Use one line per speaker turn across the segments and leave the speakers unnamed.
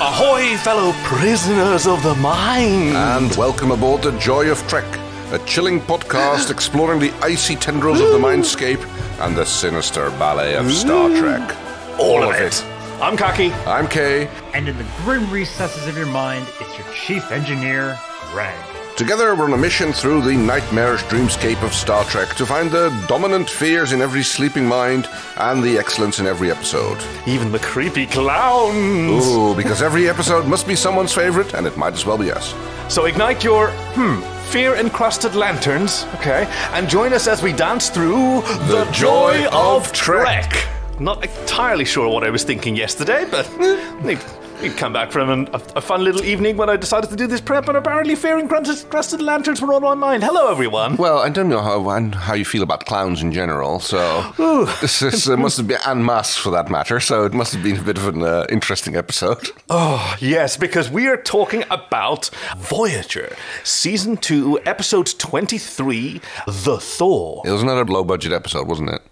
ahoy, fellow prisoners of the mind!
And welcome aboard the Joy of Trek, a chilling podcast exploring the icy tendrils of the mindscape and the sinister ballet of Star Trek.
all of it. I'm Kaki.
I'm Kay.
And in the grim recesses of your mind, it's your chief engineer, Greg.
Together, we're on a mission through the nightmarish dreamscape of Star Trek to find the dominant fears in every sleeping mind and the excellence in every episode.
Even the creepy clowns.
Ooh, because every episode must be someone's favorite, and it might as well be us.
So ignite your, hmm, fear encrusted lanterns, okay, and join us as we dance through
The Joy of Trek.
Not entirely sure what I was thinking yesterday, but eh, we'd, we'd come back from an, a, a fun little evening when I decided to do this prep, and apparently fear encrusted encrusted lanterns were on my mind. Hello, everyone.
Well, I don't know how and how you feel about clowns in general, so this is, uh, must have been en masse for that matter. So it must have been a bit of an uh, interesting episode.
Oh, yes, because we are talking about Voyager, Season 2, Episode 23, The Thaw.
It was another low-budget episode, wasn't it?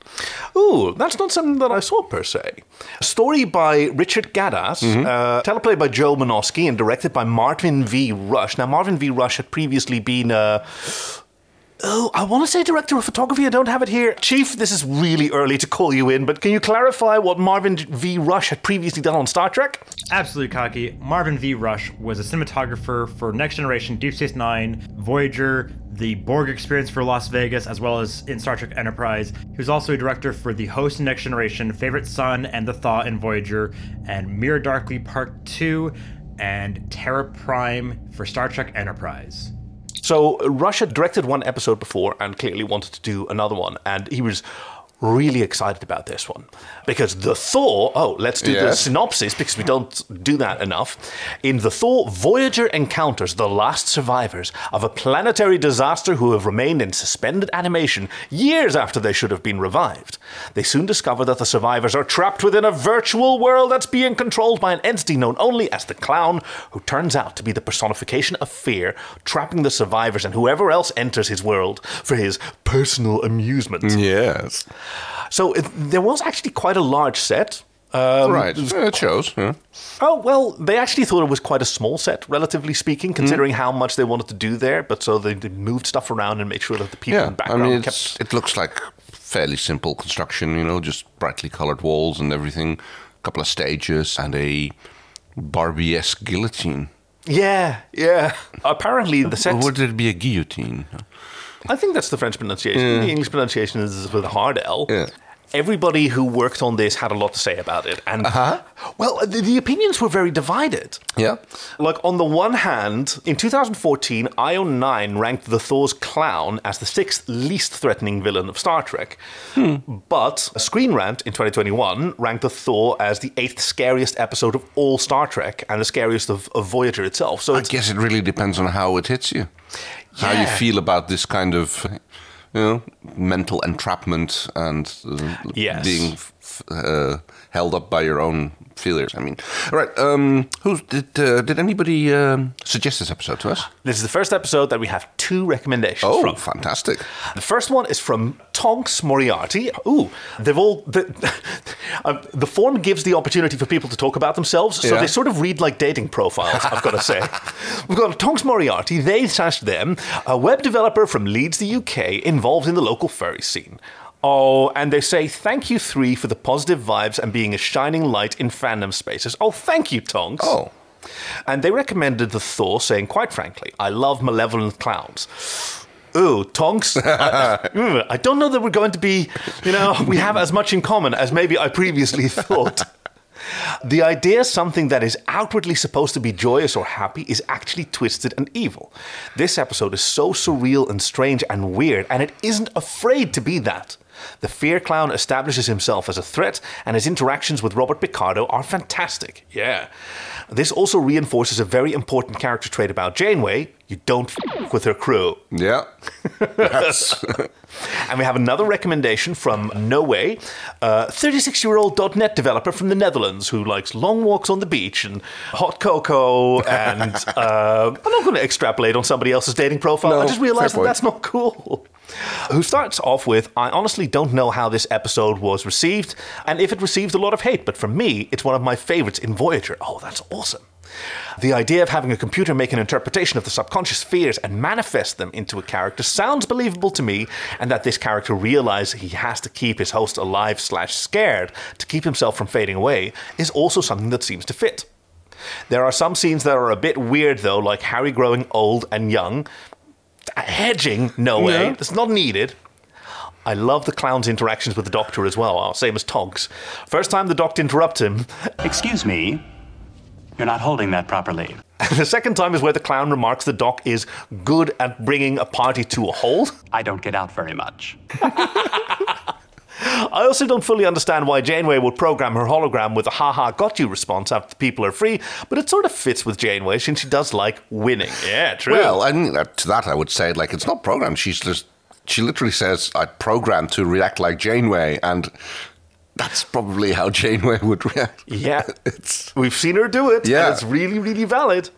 Ooh, that's not something that I saw per se. Story by Richard Gaddis, uh, teleplay by Joe Manosky, and directed by Marvin V. Rush. Now, Marvin V. Rush had previously been. Uh, Oh, I want to say director of photography. I don't have it here. Chief, this is really early to call you in, but can you clarify what Marvin V. Rush had previously done on Star Trek?
Absolute cocky, Marvin V. Rush was a cinematographer for Next Generation, Deep Space Nine, Voyager, the Borg Experience for Las Vegas, as well as in Star Trek Enterprise. He was also a director for The Host in Next Generation, Favorite Son, and The Thaw in Voyager, and Mirror Darkly Part 2, and Terra Prime for Star Trek Enterprise.
So Rush had directed one episode before and clearly wanted to do another one, and he was really excited about this one because the Thor. Oh, let's do the
Yes.
synopsis because we don't do that enough. In the Thor, Voyager encounters the last survivors of a planetary disaster who have remained in suspended animation years after they should have been revived. They soon discover that the survivors are trapped within a virtual world that's being controlled by an entity known only as the Clown, who turns out to be the personification of fear, trapping the survivors and whoever else enters his world for his personal amusement.
Mm. Yes.
So it, there was actually quite a large set.
All
Um,
right. Yeah, it shows. yeah.
Oh, well, they actually thought it was quite a small set, relatively speaking,
Hmm.
considering how much they wanted to do there. But so they, they moved stuff around and made sure that the people in
Yeah.
the
I
background
mean,
kept.
it's, it looks like fairly simple construction. You know, just brightly colored walls and everything. A couple of stages and a Barbie-esque guillotine.
Yeah, yeah. Apparently, the set.
Or would it be a guillotine?
I think that's the French pronunciation. The English pronunciation is with a hard L.
Yeah.
Everybody who worked on this had a lot to say about it. And,
Uh-huh.
well, the, the opinions were very divided.
Yeah.
Like, on the one hand, in 2014, Ion 9 ranked the Thor's clown as the sixth least threatening villain of Star Trek.
Hmm.
But Screen Rant in 2021 ranked the Thor as the eighth scariest episode of all Star Trek and the scariest of, of Voyager itself. So
I
it's,
guess it really depends on how it hits you, how you
Yeah.
feel about this kind of, you know, mental entrapment and uh,
Yes.
being f- uh, held up by your own failures. I mean, all right. Um, who did uh, did anybody um, suggest this episode to us?
this is the first episode that we have two recommendations
Oh,
Ah, from.
fantastic!
The first one is from Tonks Moriarty. Ooh, they've all the, um, the form gives the opportunity for people to talk about themselves, so
Yeah.
they sort of read like dating profiles. I've got to say, we've got Tonks Moriarty. They slash them, a web developer from Leeds, the UK, involved in the local furry scene. Oh, and they say thank you three for the positive vibes and being a shining light in fandom spaces. Oh, thank you, Tonks.
Oh,
And they recommended the Thor, saying, quite frankly, I love malevolent clowns. Ooh, Tonks. I, mm, I don't know that we're going to be, you know, we have as much in common as maybe I previously thought. The idea something that is outwardly supposed to be joyous or happy is actually twisted and evil. This episode is so surreal and strange and weird, and it isn't afraid to be that. The fear clown establishes himself as a threat, and his interactions with Robert Picardo are fantastic. Yeah. This also reinforces a very important character trait about Janeway you don't f with her crew.
yeah. That's,
And we have another recommendation from No Way, uh, 36-year-old .NET developer from the Netherlands who likes long walks on the beach and hot cocoa. And uh, I'm not going to extrapolate on somebody else's dating profile.
No,
I just realized that
fair point.
that's not cool. Who starts off with, I honestly don't know how this episode was received and if it received a lot of hate, but for me, it's one of my favorites in Voyager. Oh, that's awesome. The idea of having a computer make an interpretation of the subconscious fears and manifest them into a character sounds believable to me, and that this character realizes he has to keep his host alive slash scared to keep himself from fading away is also something that seems to fit. There are some scenes that are a bit weird though, like Harry growing old and young. Hedging, no way.
No.
That's not needed. I love the clown's interactions with the doctor as well, uh, same as Togs. First time the doctor interrupts him,
Excuse me. You're not holding that properly.
the second time is where the clown remarks the doc is good at bringing a party to a halt.
I don't get out very much.
I also don't fully understand why Janeway would program her hologram with a ha ha got you response after the people are free, but it sort of fits with Janeway since she does like winning. Yeah, true.
Well, and that, to that I would say, like, it's not programmed. She's just, she literally says, I programmed to react like Janeway, and that's probably how Janeway would react.
yeah.
It's
We've seen her do it.
Yeah.
And it's really, really valid.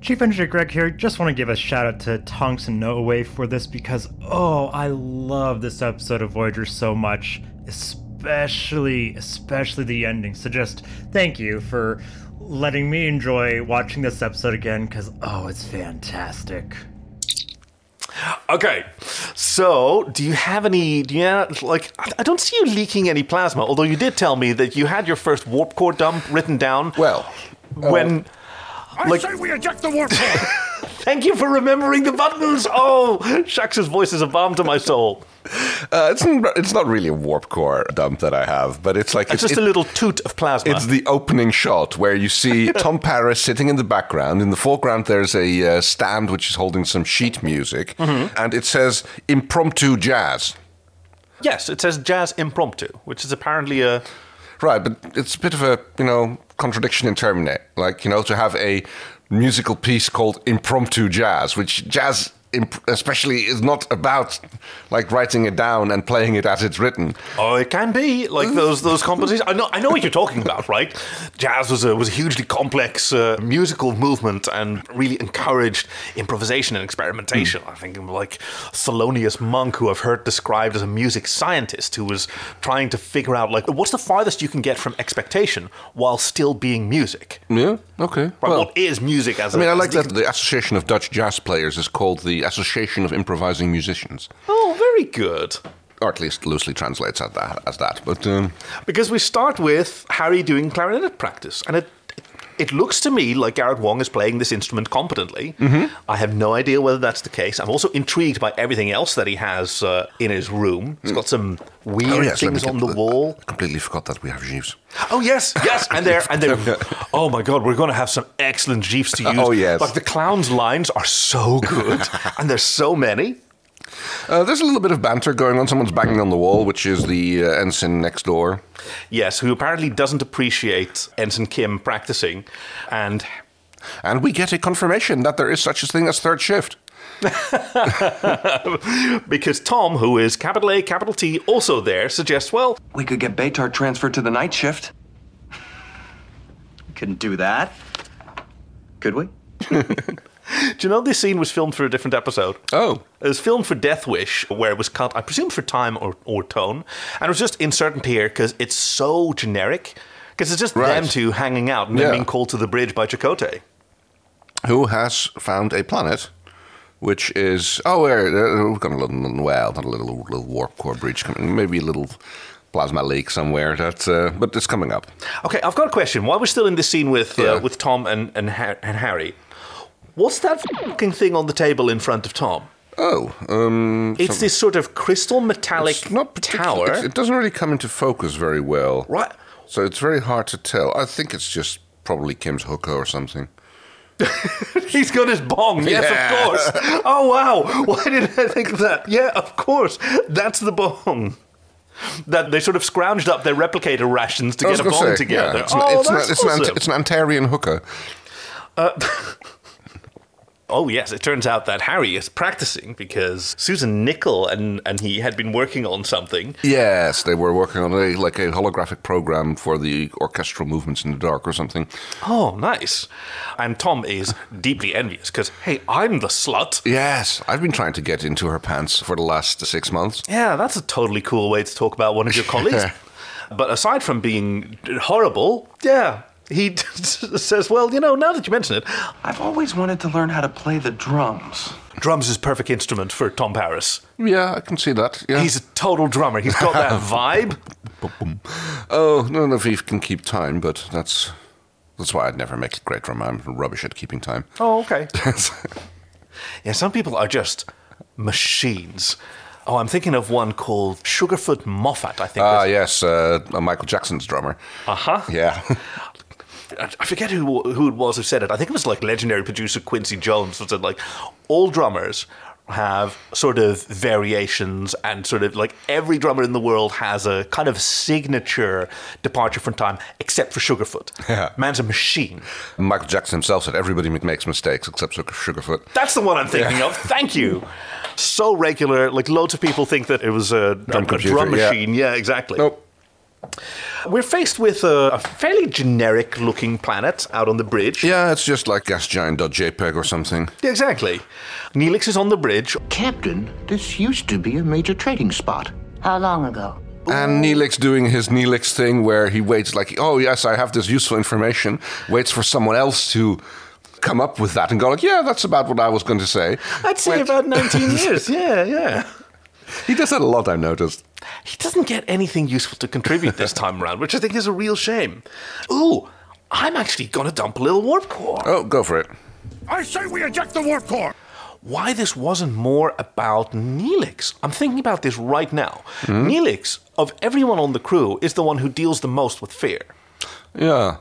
Chief Engineer Greg here. Just want to give a shout out to Tonks and Noaway for this because, oh, I love this episode of Voyager so much, especially, especially the ending. So just thank you for letting me enjoy watching this episode again because, oh, it's fantastic.
Okay. So, do you have any? Do you have, like? I I don't see you leaking any plasma. Although you did tell me that you had your first warp core dump written down.
Well, uh,
when. like, I say we eject the warp core. Thank you for remembering the buttons. Oh, Shax's voice is a bomb to my soul.
uh, it's, n- it's not really a warp core dump that I have, but it's like
It's just
it-
a little toot of plasma.
It's the opening shot where you see Tom Paris sitting in the background. In the foreground, there's a uh, stand which is holding some sheet music,
Mm-hmm.
and it says impromptu jazz.
yes, it says jazz impromptu, which is apparently a.
Right, but it's a bit of a you know contradiction in termine. Like you know, to have a musical piece called impromptu jazz, which jazz imp- especially is not about like writing it down and playing it as it's written.
Oh, it can be
Mm.
like those those compositions. I know, I know what you're talking about, right? Jazz was a was a hugely complex uh, musical movement and really encouraged improvisation and experimentation.
Mm.
I think of, like Thelonious Monk, who I've heard described as a music scientist, who was trying to figure out like what's the farthest you can get from expectation while still being music.
Yeah. Okay.
Right?
Well,
what is music as
I mean,
a,
I
as
like
the-
that the Association of Dutch Jazz Players is called the Association of Improvising Musicians,
Oh, very good.
or at least loosely translates as that. As that. But um,
Because we start with Harry doing clarinet practice, and it it looks to me like Garrett Wong is playing this instrument competently.
Mm-hmm.
I have no idea whether that's the case. I'm also intrigued by everything else that he has uh, in his room. He's got some weird
Mm. oh yes, let me
things
get
on
to
the wall.
I completely forgot that we have Jeeves.
Oh yes, yes, and they're and they're. Oh my god, we're going to have some excellent jeeps to use.
Oh, yes.
like the clowns' lines are so good, and there's so many.
Uh, there's a little bit of banter going on. Someone's banging on the wall, which is the uh, ensign next door.
Yes, who apparently doesn't appreciate Ensign Kim practicing, and
And we get a confirmation that there is such a thing as third shift.
because Tom, who is capital A, capital T, also there, suggests, well,
We could get Baytar transferred to the night shift. Couldn't do that. Could we?
do you know this scene was filmed for a different episode?
Oh.
It was filmed for Death Wish, where it was cut, I presume, for time or, or tone. And it was just inserted here because it's so generic. Because it's just
Right.
them two hanging out and then
Yeah.
being called to the bridge by Chakotay.
Who has found a planet, which is. Oh, we're, uh, we've got a little. Well, not a little, little warp core breach coming. Maybe a little plasma leak somewhere. That, uh, but it's coming up.
Okay, I've got a question. While we're still in this scene with, uh,
Yeah.
with Tom and, and, Har- and Harry, what's that fucking thing on the table in front of Tom?
Oh, um.
It's this sort of crystal metallic
it's not particular-
tower.
it's- It doesn't really come into focus very well.
right.
So it's very hard to tell. I think it's just probably Kim's hooker or something.
He's got his bong. Yes,
Yeah.
of course. Oh wow! Why did I think of that? Yeah, of course. That's the bong. That they sort of scrounged up their replicator rations to
I
get
was
a
gonna
bong
say, yeah,
together.
it's, an-
oh,
it's an-
that's
it's an,
awesome.
Ant- it's an Antarian hooker.
Oh yes, it turns out that Harry is practicing because Susan Nickel and and he had been working on something.
Yes, they were working on a like a holographic program for the orchestral movements in the dark or something.
Oh, nice. And Tom is deeply envious because hey, I'm the slut.
Yes, I've been trying to get into her pants for the last six months.
Yeah, that's a totally cool way to talk about one of your colleagues. but aside from being horrible, yeah, he says, "Well, you know, now that you mention it,
I've always wanted to learn how to play the drums.
drums is perfect instrument for Tom Paris.
Yeah, I can see that. Yeah.
He's a total drummer. He's got that vibe."
oh, none of you can keep time, but that's that's why I'd never make a great drummer. I'm rubbish at keeping time.
Oh, okay. Yeah, some people are just machines. Oh, I'm thinking of one called Sugarfoot Moffat. I think.
Ah,
that's-
yes, uh, Michael Jackson's drummer.
Uh-huh.
Yeah.
I I forget who who it was who said it. I think it was like legendary producer Quincy Jones who said like all drummers have sort of variations and sort of like every drummer in the world has a kind of signature departure from time except for Sugarfoot.
Yeah.
Man's a machine.
Michael Jackson himself said everybody makes mistakes except Sugar- Sugarfoot.
That's the one I'm thinking of. Thank you. So regular, like loads of people think that it was a drum,
computer,
drum
yeah.
machine. Yeah, exactly.
Nope.
We're faced with a, a fairly generic looking planet out on the bridge.
Yeah, it's just like gasgiant.jpg or something.
Exactly. Neelix is on the bridge.
Captain, this used to be a major trading spot.
How long ago?
And Neelix doing his Neelix thing where he waits, like, oh, yes, I have this useful information, waits for someone else to come up with that and go, like, yeah, that's about what I was going to say.
I'd say about 19 years. Yeah, yeah.
He does that a lot, I've noticed.
He doesn't get anything useful to contribute this time around, which I think is a real shame. Ooh, I'm actually going to dump a little warp core.
Oh, go for it.
I say we eject the warp core.
why this wasn't more about Neelix. I'm thinking about this right now. Neelix, of everyone on the crew, is the one who deals the most with fear.
Yeah.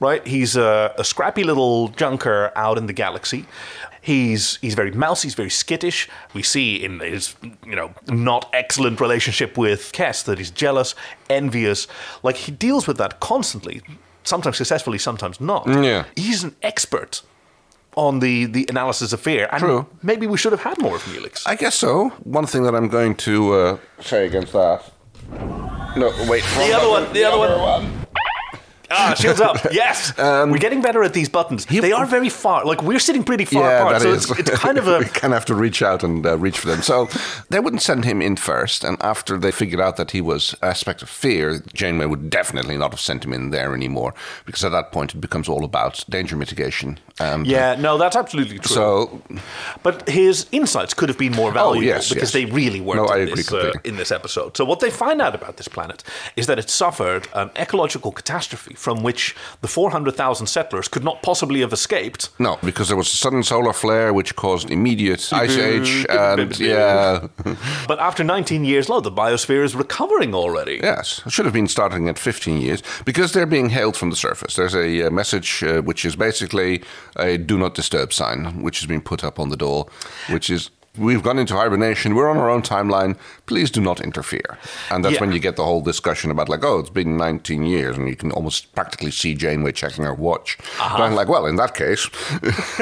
Right? He's a, a scrappy little junker out in the galaxy. He's he's very mousy, he's very skittish. We see in his you know not excellent relationship with Kess that he's jealous, envious. Like he deals with that constantly, sometimes successfully, sometimes not.
Yeah.
He's an expert on the, the analysis of fear, and
True.
maybe we should have had more of Neelix.
I guess so. One thing that I'm going to uh, say against that. No, wait.
The other one, the other one. Ah, shields up. Yes.
Um,
we're getting better at these buttons. they are very far. Like, we're sitting pretty far
Yeah,
apart.
that
so
is.
It's, it's kind of a.
we kind of have to reach out and uh, reach for them. So they wouldn't send him in first, and after they figured out that he was aspect of fear, Janeway would definitely not have sent him in there anymore because at that point it becomes all about danger mitigation. And, uh,
Yeah, no, that's absolutely true.
So
but his insights could have been more valuable
Oh, yes,
because
yes.
they really weren't
No, I
in,
agree
this, uh,
completely.
in this episode. So, what they find out about this planet is that it suffered an ecological catastrophe from which the 400,000 settlers could not possibly have escaped.
no, because there was a sudden solar flare which caused immediate
Mm-hmm.
ice age, and yeah,
But after 19 years, low, the biosphere is recovering already.
Yes, it should have been starting at 15 years because they're being hailed from the surface. There's a uh, message uh, which is basically a do not disturb sign, which has been put up on the door, which is we've gone into hibernation, we're on our own timeline, please do not interfere. And that's
Yeah.
when you get the whole discussion about, like, oh, it's been 19 years, and you can almost practically see Janeway checking her watch. And I'm like, well, in that case,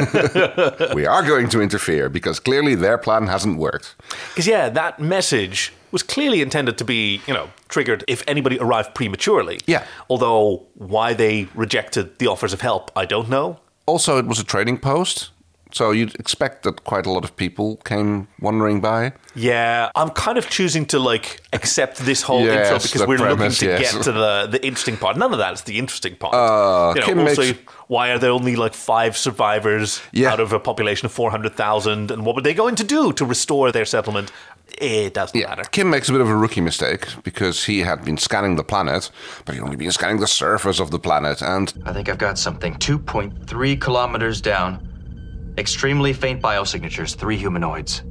we are going to interfere because clearly their plan hasn't worked.
Because yeah, that message was clearly intended to be, you know, triggered if anybody arrived prematurely.
Yeah.
Although why they rejected the offers of help, I don't know.
Also, it was a trading post, so you'd expect that quite a lot of people came wandering by.
Yeah, I'm kind of choosing to like accept this whole
Yes,
intro because
the
we're
premise,
looking to
yes.
get to the the interesting part. None of that is the interesting part. Uh, you know,
Kim
also,
makes-
why are there only like five survivors
Yeah.
out of a population of four hundred thousand, and what were they going to do to restore their settlement? It doesn't matter.
Kim makes a bit of a rookie mistake because he had been scanning the planet, but he'd only been scanning the surface of the planet. And
I think I've got something. 2.3 kilometers down. Extremely faint biosignatures, three humanoids.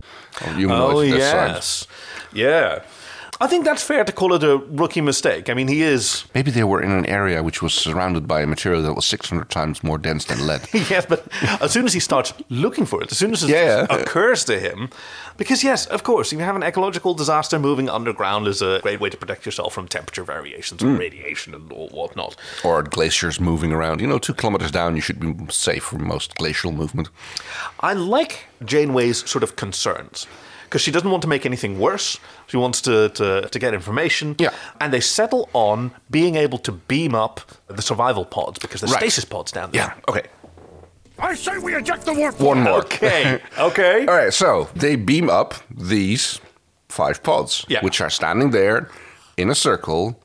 oh, you know,
Oh
it's- it's like-
yes, yeah. I think that's fair to call it a rookie mistake. I mean, he is
maybe they were in an area which was surrounded by a material that was 600 times more dense than lead.
yes, but as soon as he starts looking for it, as soon as it
Yeah.
occurs to him, because yes, of course, if you have an ecological disaster, moving underground is a great way to protect yourself from temperature variations
Hmm.
and radiation and all whatnot.
or glaciers moving around. You know, two kilometers down, you should be safe from most glacial movement.
I like Janeway's sort of concerns because she doesn't want to make anything worse. She wants to, to, to get information.
Yeah.
And they settle on being able to beam up the survival pods because there's
Right.
stasis pods down there.
Yeah, okay.
I say we eject the warp core.
One more.
Okay. Okay.
All right, so they beam up these five pods,
Yeah.
which are standing there in a circle,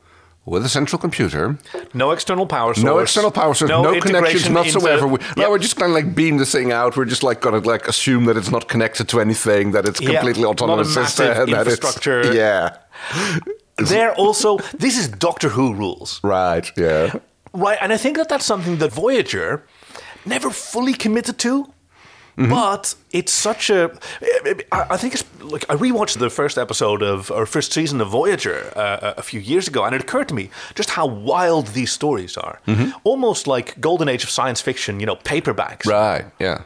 with a central computer,
No external power source.
no external power source, no, connections
integration into-
whatsoever. We,
Yep.
No, we're just going to like beam this thing out. We're just like going to like assume that it's not connected to anything, that it's
Yeah.
completely
Not a
autonomous
massive
system, that it's-
infrastructure.
yeah,
They're also. This is Doctor Who rules.
right, yeah.
Right, and I think that that's something that Voyager never fully committed to. But it's such a. I I think it's like I rewatched the first episode of or first season of Voyager uh, a few years ago, and it occurred to me just how wild these stories are. Almost like golden age of science fiction, you know, paperbacks.
Right, yeah.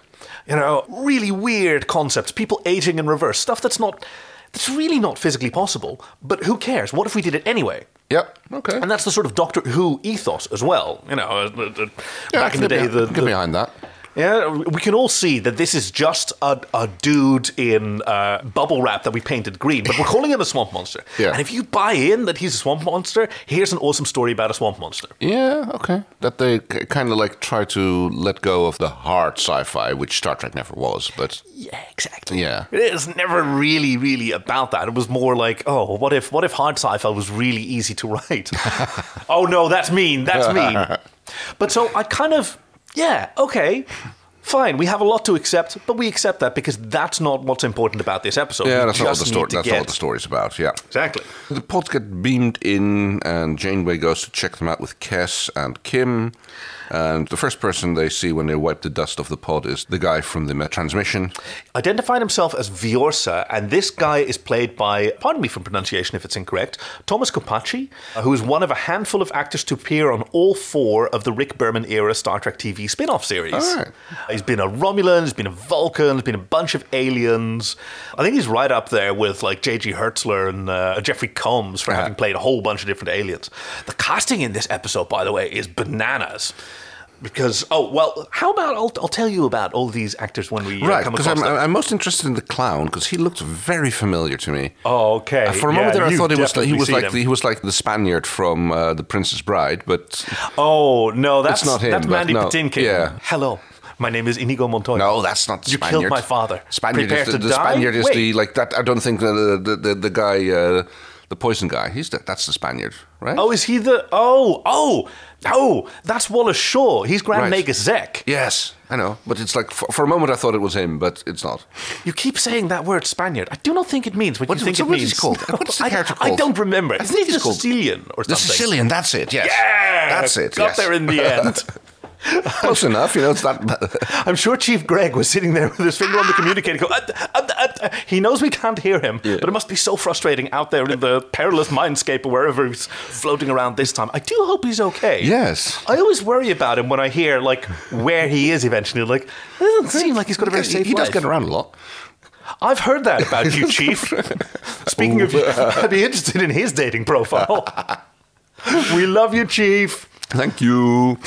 You know, really weird concepts, people aging in reverse, stuff that's not, that's really not physically possible. But who cares? What if we did it anyway?
Yep, okay.
And that's the sort of Doctor Who ethos as well. You know, uh, uh, uh,
Yeah, I
back
can
in the
get
day,
behi-
the,
I can get
the-
behind that.
yeah, we can all see that this is just a, a dude in uh, bubble wrap that we painted green, but we're calling him a swamp monster.
Yeah.
And if you buy in that he's a swamp monster, here's an awesome story about a swamp monster.
Yeah, okay. That they kind of like try to let go of the hard sci-fi, which Star Trek never was, but
Yeah, exactly.
Yeah.
It is never really, really about that. It was more like, oh, what if what if hard sci-fi was really easy to write? oh no, that's mean. That's mean. but so I kind of yeah, okay. Fine, we have a lot to accept, but we accept that because that's not what's important about this episode.
yeah,
We
that's not what
just
the
need
story.
to
That's not
get-
what the story's about. Yeah.
Exactly.
The pods get beamed in, and Janeway goes to check them out with Kes and Kim. And the first person they see when they wipe the dust off the pod is the guy from the uh, transmission.
Identified himself as Viorsa, and this guy is played by, pardon me for pronunciation if it's incorrect, Thomas Kopachi, who is one of a handful of actors to appear on all four of the Rick Berman era Star Trek TV spin off series. Uh,
All right.
He's been a Romulan, he's been a Vulcan, he's been a bunch of aliens. I think he's right up there with like J.G. Hertzler and uh, Jeffrey Combs for having played a whole bunch of different aliens. The casting in this episode, by the way, is bananas. Because oh well, how about I'll, I'll tell you about all these actors when we uh,
right,
come
because
across
I'm,
them.
I'm most interested in the clown because he looked very familiar to me.
Oh, okay.
Uh, For a
Yeah,
moment there, I
you've
thought he was like, he
definitely
was
seen
like
him.
the, he was like the Spaniard from uh, the Princess Bride, but
Oh no, that's
not him,
That's
but
Mandy
no,
Patinkin.
yeah.
Hello, my name is Inigo Montoya.
No, that's not.
You
Spaniard.
killed my father.
Spaniard
Prepare
is the,
to
the
die?
Spaniard is
Wait.
the like that. I don't think the the the, the guy, uh, the poison guy. He's the, that's the Spaniard, right?
Oh, is he the? Oh, oh, oh! That's Wallace Shaw. He's Grand
Right.
Magus Zek.
yes, I know. But it's like for, for a moment I thought it was him, but it's not.
You keep saying that word Spaniard. I do not think it means what,
What-
you think
so
it
what is
means.
he called? What's the
I,
character
I
called?
don't remember.
I
It's
think
the
he's called-
Sicilian or
The
something.
Sicilian. That's it. Yes.
Yeah,
That's it.
Got
yes.
there in the end.
Close enough. You know, it's not.
I'm sure Chief Greg was sitting there with his finger on the communicator. Going, "Ut, ut, ut, ut." He knows we can't hear him, but it must be so frustrating out there in the perilous mindscape or wherever he's floating around this time. I do hope he's okay.
Yes.
I always worry about him when I hear like where he is eventually. Like, it doesn't seem like he's got a very
he,
safe
he does
life.
get around a lot.
I've heard that about you, Chief. Speaking of you, I'd be interested in his dating profile. we love you, Chief.
Thank you.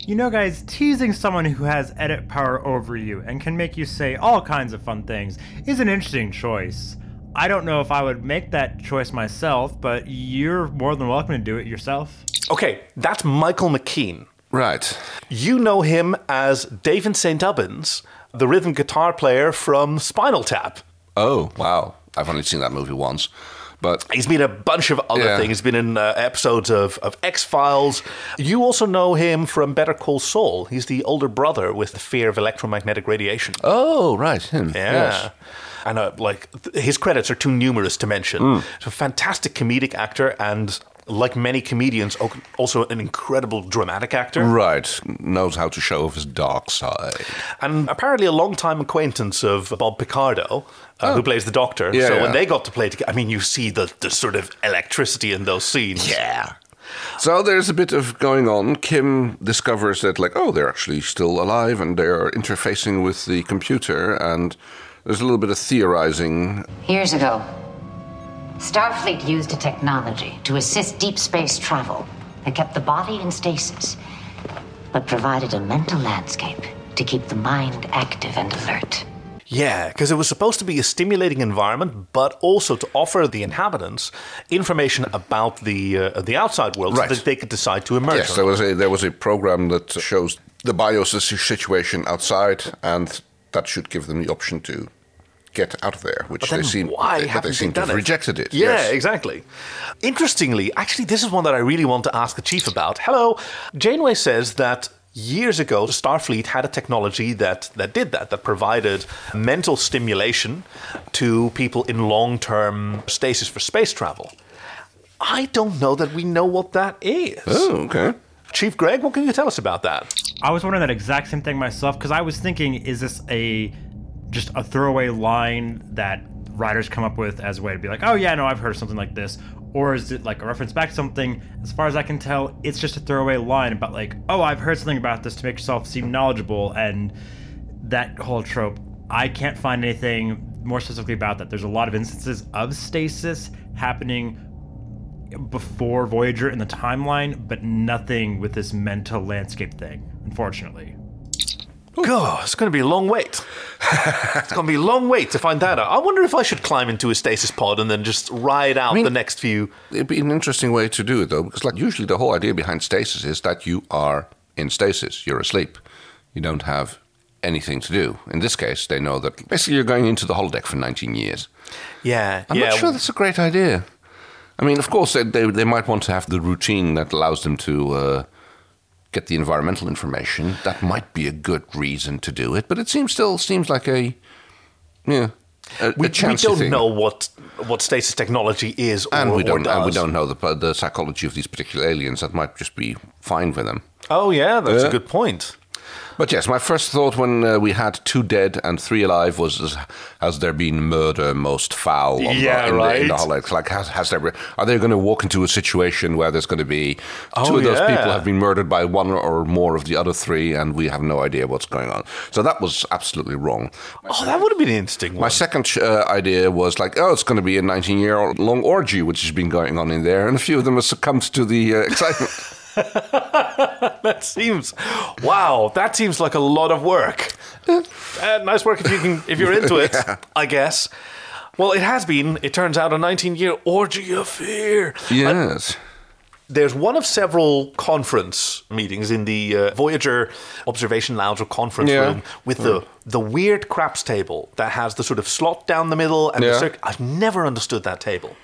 You know, guys, teasing someone who has edit power over you and can make you say all kinds of fun things is an interesting choice. I don't know if I would make that choice myself, but you're more than welcome to do it yourself.
Okay, that's Michael McKean.
Right.
You know him as David St. Ubbins, the rhythm guitar player from Spinal Tap.
Oh wow! I've only seen that movie once, but
He's been in a bunch of other
Yeah.
things. He's been in uh, episodes of, of X Files. You also know him from Better Call Saul. He's the older brother with the fear of electromagnetic radiation.
oh right, him.
Yeah.
Yes.
And uh, like th- his credits are too numerous to mention.
Mm.
He's a fantastic comedic actor and like many comedians al- also an incredible dramatic actor.
Right. Knows how to show off his dark side.
and apparently a long-time acquaintance of Bob Picardo, uh, who plays the Doctor.
Yeah,
so
Oh. yeah.
when they got to play together, I mean, you see the, the sort of electricity in those scenes.
Yeah. So there's a bit of going on. Kim discovers that, like, oh, they're actually still alive and they're interfacing with the computer, and there's a little bit of theorizing.
Years ago, Starfleet used a technology to assist deep space travel that kept the body in stasis, but provided a mental landscape to keep the mind active and alert.
Yeah, because it was supposed to be a stimulating environment, but also to offer the inhabitants information about the uh, the outside world
Right.
so that they could decide to emerge.
Yes, there was a there was a program that shows the bios situation outside, and that should give them the option to get out of there, which
But then
they seem,
why
but
haven't
they seem to
done
have rejected it.
Yeah,
yes.
exactly. Interestingly, actually, this is one that I really want to ask the chief about. Hello, Janeway says that years ago Starfleet had a technology that that did that, that provided mental stimulation to people in long-term stasis for space travel. I don't know that we know what that is.
Oh, okay.
Chief Greg, what can you tell us about that?
I was wondering that exact same thing myself because I was thinking, is this a just a throwaway line that writers come up with as a way to be like, oh yeah, no, I've heard of something like this, or is it like a reference back to something? As far as I can tell, it's just a throwaway line about like, oh, I've heard something about this to make yourself seem knowledgeable and that whole trope. I can't find anything more specifically about that. There's a lot of instances of stasis happening before Voyager in the timeline, but nothing with this mental landscape thing, unfortunately.
God, it's going to be a long wait. it's going to be a long wait to find that out. I wonder if I should climb into a stasis pod and then just ride out
mean-
the next few.
It'd be an interesting way to do it, though, because like usually the whole idea behind stasis is that you are in stasis, you're asleep, you don't have anything to do. In this case, they know that basically you're going into the holodeck for 19 years.
Yeah,
I'm
yeah.
not sure that's a great idea. I mean, of course, they, they, they might want to have the routine that allows them to uh, get the environmental information. That might be a good reason to do it, but it seems still seems like a yeah. A,
we,
a
we
chancy
don't
thing.
know what what stasis technology is, or,
and we
or
don't and we
does.
don't know the the psychology of these particular aliens. That might just be fine for them.
Oh, yeah, that's a
Yeah.
good point.
But yes, my first thought when uh, we had two dead and three alive was: Has there been murder most foul? on the-
Yeah,
in, the, in the
right.
Holodeck? Like, has, has there? been- Are they going to walk into a situation where there's going to be two
Oh,
of those
yeah.
people have been murdered by one or more of the other three, and we have no idea what's going on? So that was absolutely wrong.
Oh, that would have been an interesting.
My
One.
second uh, idea was like, oh, it's going to be a 19 year long orgy, which has been going on in there, and a few of them have succumbed to the uh, excitement.
That seems, wow, that seems like a lot of work. Uh, nice work if you can, if you're into it, I guess. Well, it has been. It turns out a 19-year orgy of fear.
yes.
There's one of several conference meetings in the uh, Voyager observation lounge or conference
Yeah.
room with the the weird craps table that has the sort of slot down the middle and the
Yeah.
circ- I've never understood that table.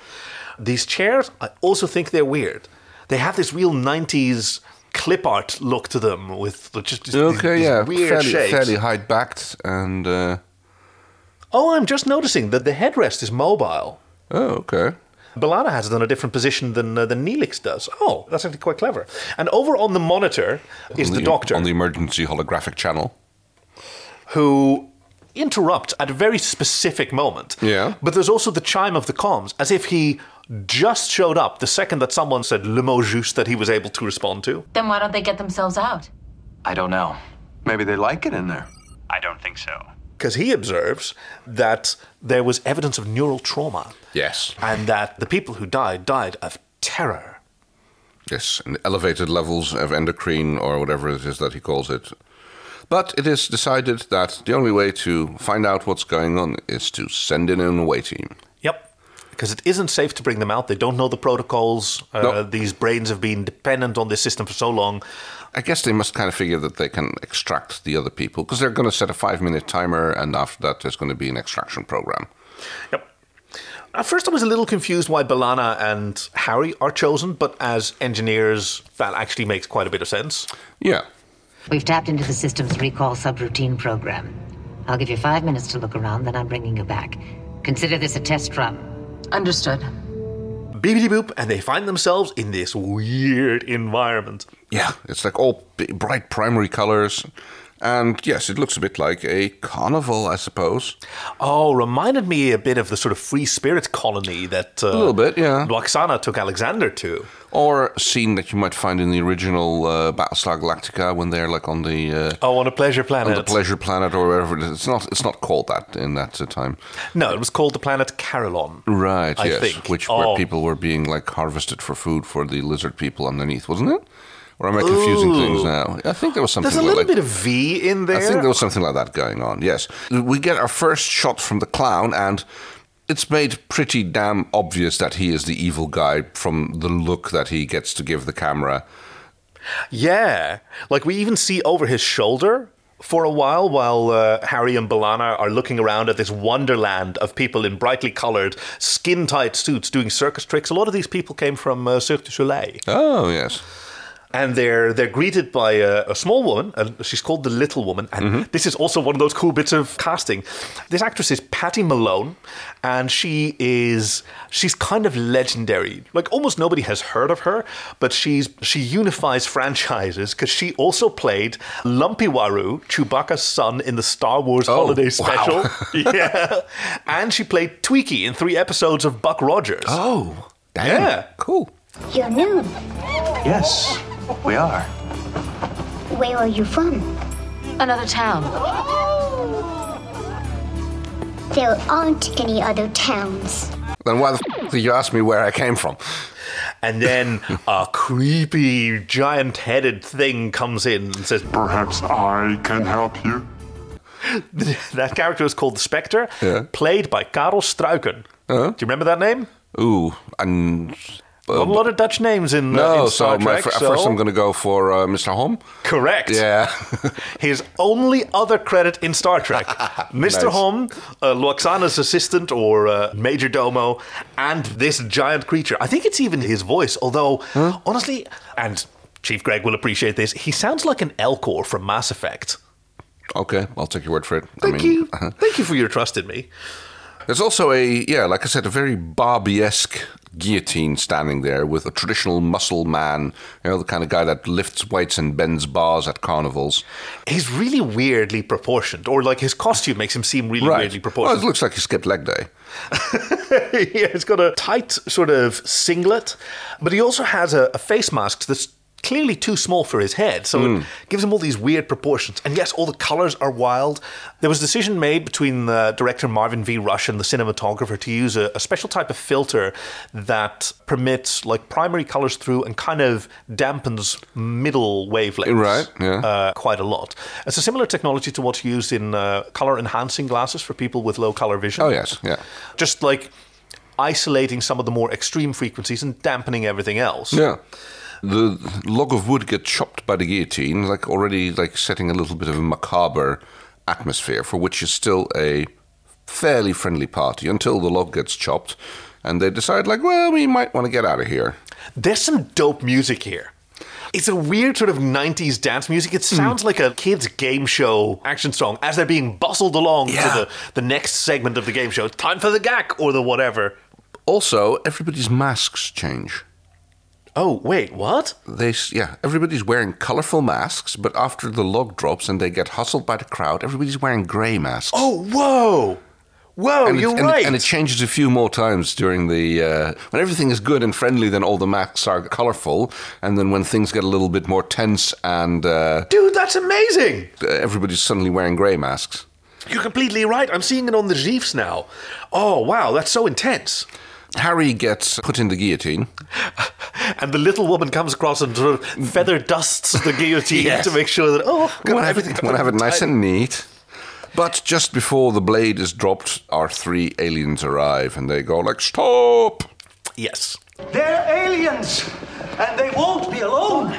These chairs, I also think they're weird. They have this real 90s clip art look to them with the- just, just these-
okay,
these
yeah.
weird
fairly,
shapes.
fairly high backed and. Uh,
Oh, I'm just noticing that the headrest is mobile.
Oh, okay.
Balana has it on a different position than uh, than Neelix does. Oh, that's actually quite clever. And over on the monitor is
on
the, doctor.
on the emergency holographic channel?
who interrupt at a very specific moment.
Yeah.
But there's also the chime of the comms, as if he just showed up the second that someone said le mot juste that he was able to respond to.
Then why don't they get themselves out?
I don't know.
Maybe they like it in there.
I don't think so.
Because he observes that there was evidence of neural trauma
Yes.
and that the people who died died of terror.
Yes, and elevated levels of endocrine or whatever it is that he calls it. But it is decided that the only way to find out what's going on is to send in an away team.
Yep. Because it isn't safe to bring them out. They don't know the protocols. Uh,
No.
These brains have been dependent on this system for so long.
I guess they must kind of figure that they can extract the other people because they're going to set a five minute timer, and after that, there's going to be an extraction program.
Yep. At first, I was a little confused why Balana and Harry are chosen, but as engineers, that actually makes quite a bit of sense.
Yeah.
We've tapped into the system's recall subroutine program. I'll give you five minutes to look around, then I'm bringing you back. Consider this a test run. Understood.
Beepity boop, and they find themselves in this weird environment.
Yeah. It's like all b- bright primary colors. And yes, it looks a bit like a carnival, I suppose.
Oh, reminded me a bit of the sort of free spirit colony that uh, a
little bit, yeah.
Loxana took Alexander to.
Or a scene that you might find in the original uh, Battlestar Galactica when they're like on the uh,
Oh, on a pleasure planet.
on the pleasure planet or wherever it is. It's not it's not called that in that uh, time,
no, it was called the planet Carillon.
right?
I
yes,
think.
which
Oh.
where people were being like harvested for food for the lizard people underneath, wasn't it? Or am I confusing things now? I think there was something.
There's a
like-
little
like-
bit of V in there.
I think there was something like that going on. Yes, we get our first shot from the clown, and it's made pretty damn obvious that he is the evil guy from the look that he gets to give the camera.
Yeah. Like we even see over his shoulder for a while, while uh, Harry and Balana are looking around at this wonderland of people in brightly colored, skin tight suits doing circus tricks, a lot of these people came from uh, Cirque du Soleil.
Oh, yes.
And they're, they're greeted by a, a small woman, and she's called the Little Woman. And
Mm-hmm.
this is also one of those cool bits of casting. This actress is Patty Malone, and she is she's kind of legendary. Like almost nobody has heard of her, but she's she unifies franchises because she also played Lumpy Waru, Chewbacca's son in the Star Wars
Oh,
Holiday
wow.
Special. yeah, and she played Tweaky in three episodes of Buck Rogers.
Oh, damn.
Yeah.
Cool.
You're new.
Yes, we are.
Where are you from?
Another town.
There aren't any other towns.
Then why the f- did you ask me where I came from?
And then a creepy, giant headed thing comes in and says,
Perhaps I can help you.
That character is called the Spectre,
Yeah. Uh-huh.
played by Karel Struiken. Do you remember that name?
Ooh, and
Not a lot of Dutch names in, uh,
Uh, no.
in
So
Star
my
Trek.
fir-
so-
first, I'm going to go for uh, Mr. Home.
Correct.
Yeah.
His only other credit in Star Trek Mr.
Nice.
Home, uh, Loxana's assistant or uh, Major Domo, and this giant creature. I think it's even his voice, although, honestly, and Chief Greg will appreciate this, he sounds like an Elcor from Mass Effect.
okay, I'll take your word for it.
Thank you.
uh-huh.
Thank you for your trust in me.
There's also a yeah, like I said, a very Barbie-esque guillotine standing there with a traditional muscle man, you know, the kind of guy that lifts weights and bends bars at carnivals.
He's really weirdly proportioned, or like his costume makes him seem really weirdly
Well, it
proportioned.
looks like he skipped leg day.
yeah, he's got a tight sort of singlet, but he also has a, a face mask that's clearly too small for his head, so
Hmm.
it gives him all these weird proportions. And yes, all the colors are wild. There was a decision made between the director Marvin V. Rush and the cinematographer to use a, a special type of filter that permits like primary colors through and kind of dampens middle wavelengths.
Right, yeah.
uh, quite a lot. It's a similar technology to what's used in uh, color enhancing glasses for people with low color vision.
Oh yes, yeah.
Just like isolating some of the more extreme frequencies and dampening everything else.
Yeah. The log of wood gets chopped by the guillotine, like already like setting a little bit of a macabre atmosphere for which is still a fairly friendly party until the log gets chopped and they decide like, well, we might want to get out of here.
There's some dope music here. It's a weird sort of 90s dance music.
Mm.
It sounds like a kids' game show action song as they're being bustled along
Yeah.
to the, the next segment of the game show. It's time for the gag or the whatever.
Also, everybody's masks change.
Oh, wait, what?
They s- yeah, everybody's wearing colorful masks, but after the log drops and they get hustled by the crowd, everybody's wearing gray masks.
Oh, whoa. Whoa,
and it-
Oh, you're
and it,
right.
and it changes a few more times during the uh, when everything is good and friendly. Then all the masks are colorful, and then when things get a little bit more tense and uh,
Dude, that's amazing.
everybody's suddenly wearing gray masks.
You're completely right. I'm seeing it on the Jeeves now. Oh, wow, that's so intense.
Harry gets put in the guillotine.
And the little woman comes across and sort of feather dusts the guillotine
Yes.
to make sure that, oh,
Gonna
God,
have
everything.
it, gonna have it nice and neat. But just before the blade is dropped, our three aliens arrive, and they go like, "Stop!"
Yes.
They're aliens, and they won't be alone.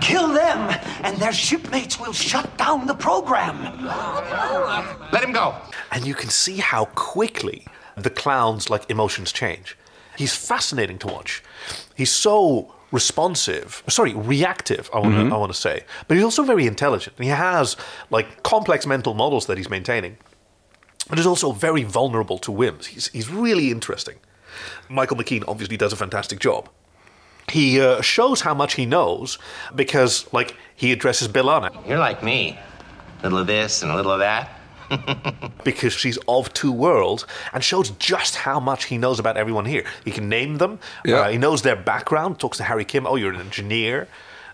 Kill them, and their shipmates will shut down the program.
Let him go.
And you can see how quickly the clown's like emotions change. He's fascinating to watch. He's so responsive, sorry, reactive, I want to I want to say. But he's also very intelligent. And he has like complex mental models that he's maintaining. But he's also very vulnerable to whims. He's, he's really interesting. Michael McKean obviously does a fantastic job. He uh, shows how much he knows because, like, he addresses Bellana.
You're like me. Little of this and a little of that.
because she's of two worlds and shows just how much he knows about everyone here. He can name them.
Yeah.
Uh, he knows their background. Talks to Harry Kim. Oh, you're an engineer.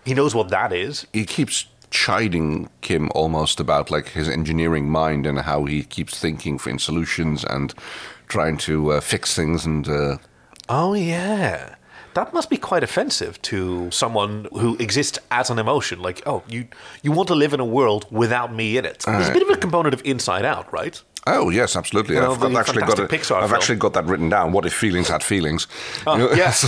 He knows what that is.
he keeps chiding Kim almost about like his engineering mind and how he keeps thinking in solutions and trying to uh, fix things and uh,
Oh yeah. That must be quite offensive to someone who exists as an emotion. Like, oh, you you want to live in a world without me in it. There's a bit of a component of inside out, right?
oh yes absolutely
Well,
I've,
the
I've actually got it,
fantastic Pixar
I've
film.
actually got that written down what if feelings had feelings
Oh,
You know?
yes.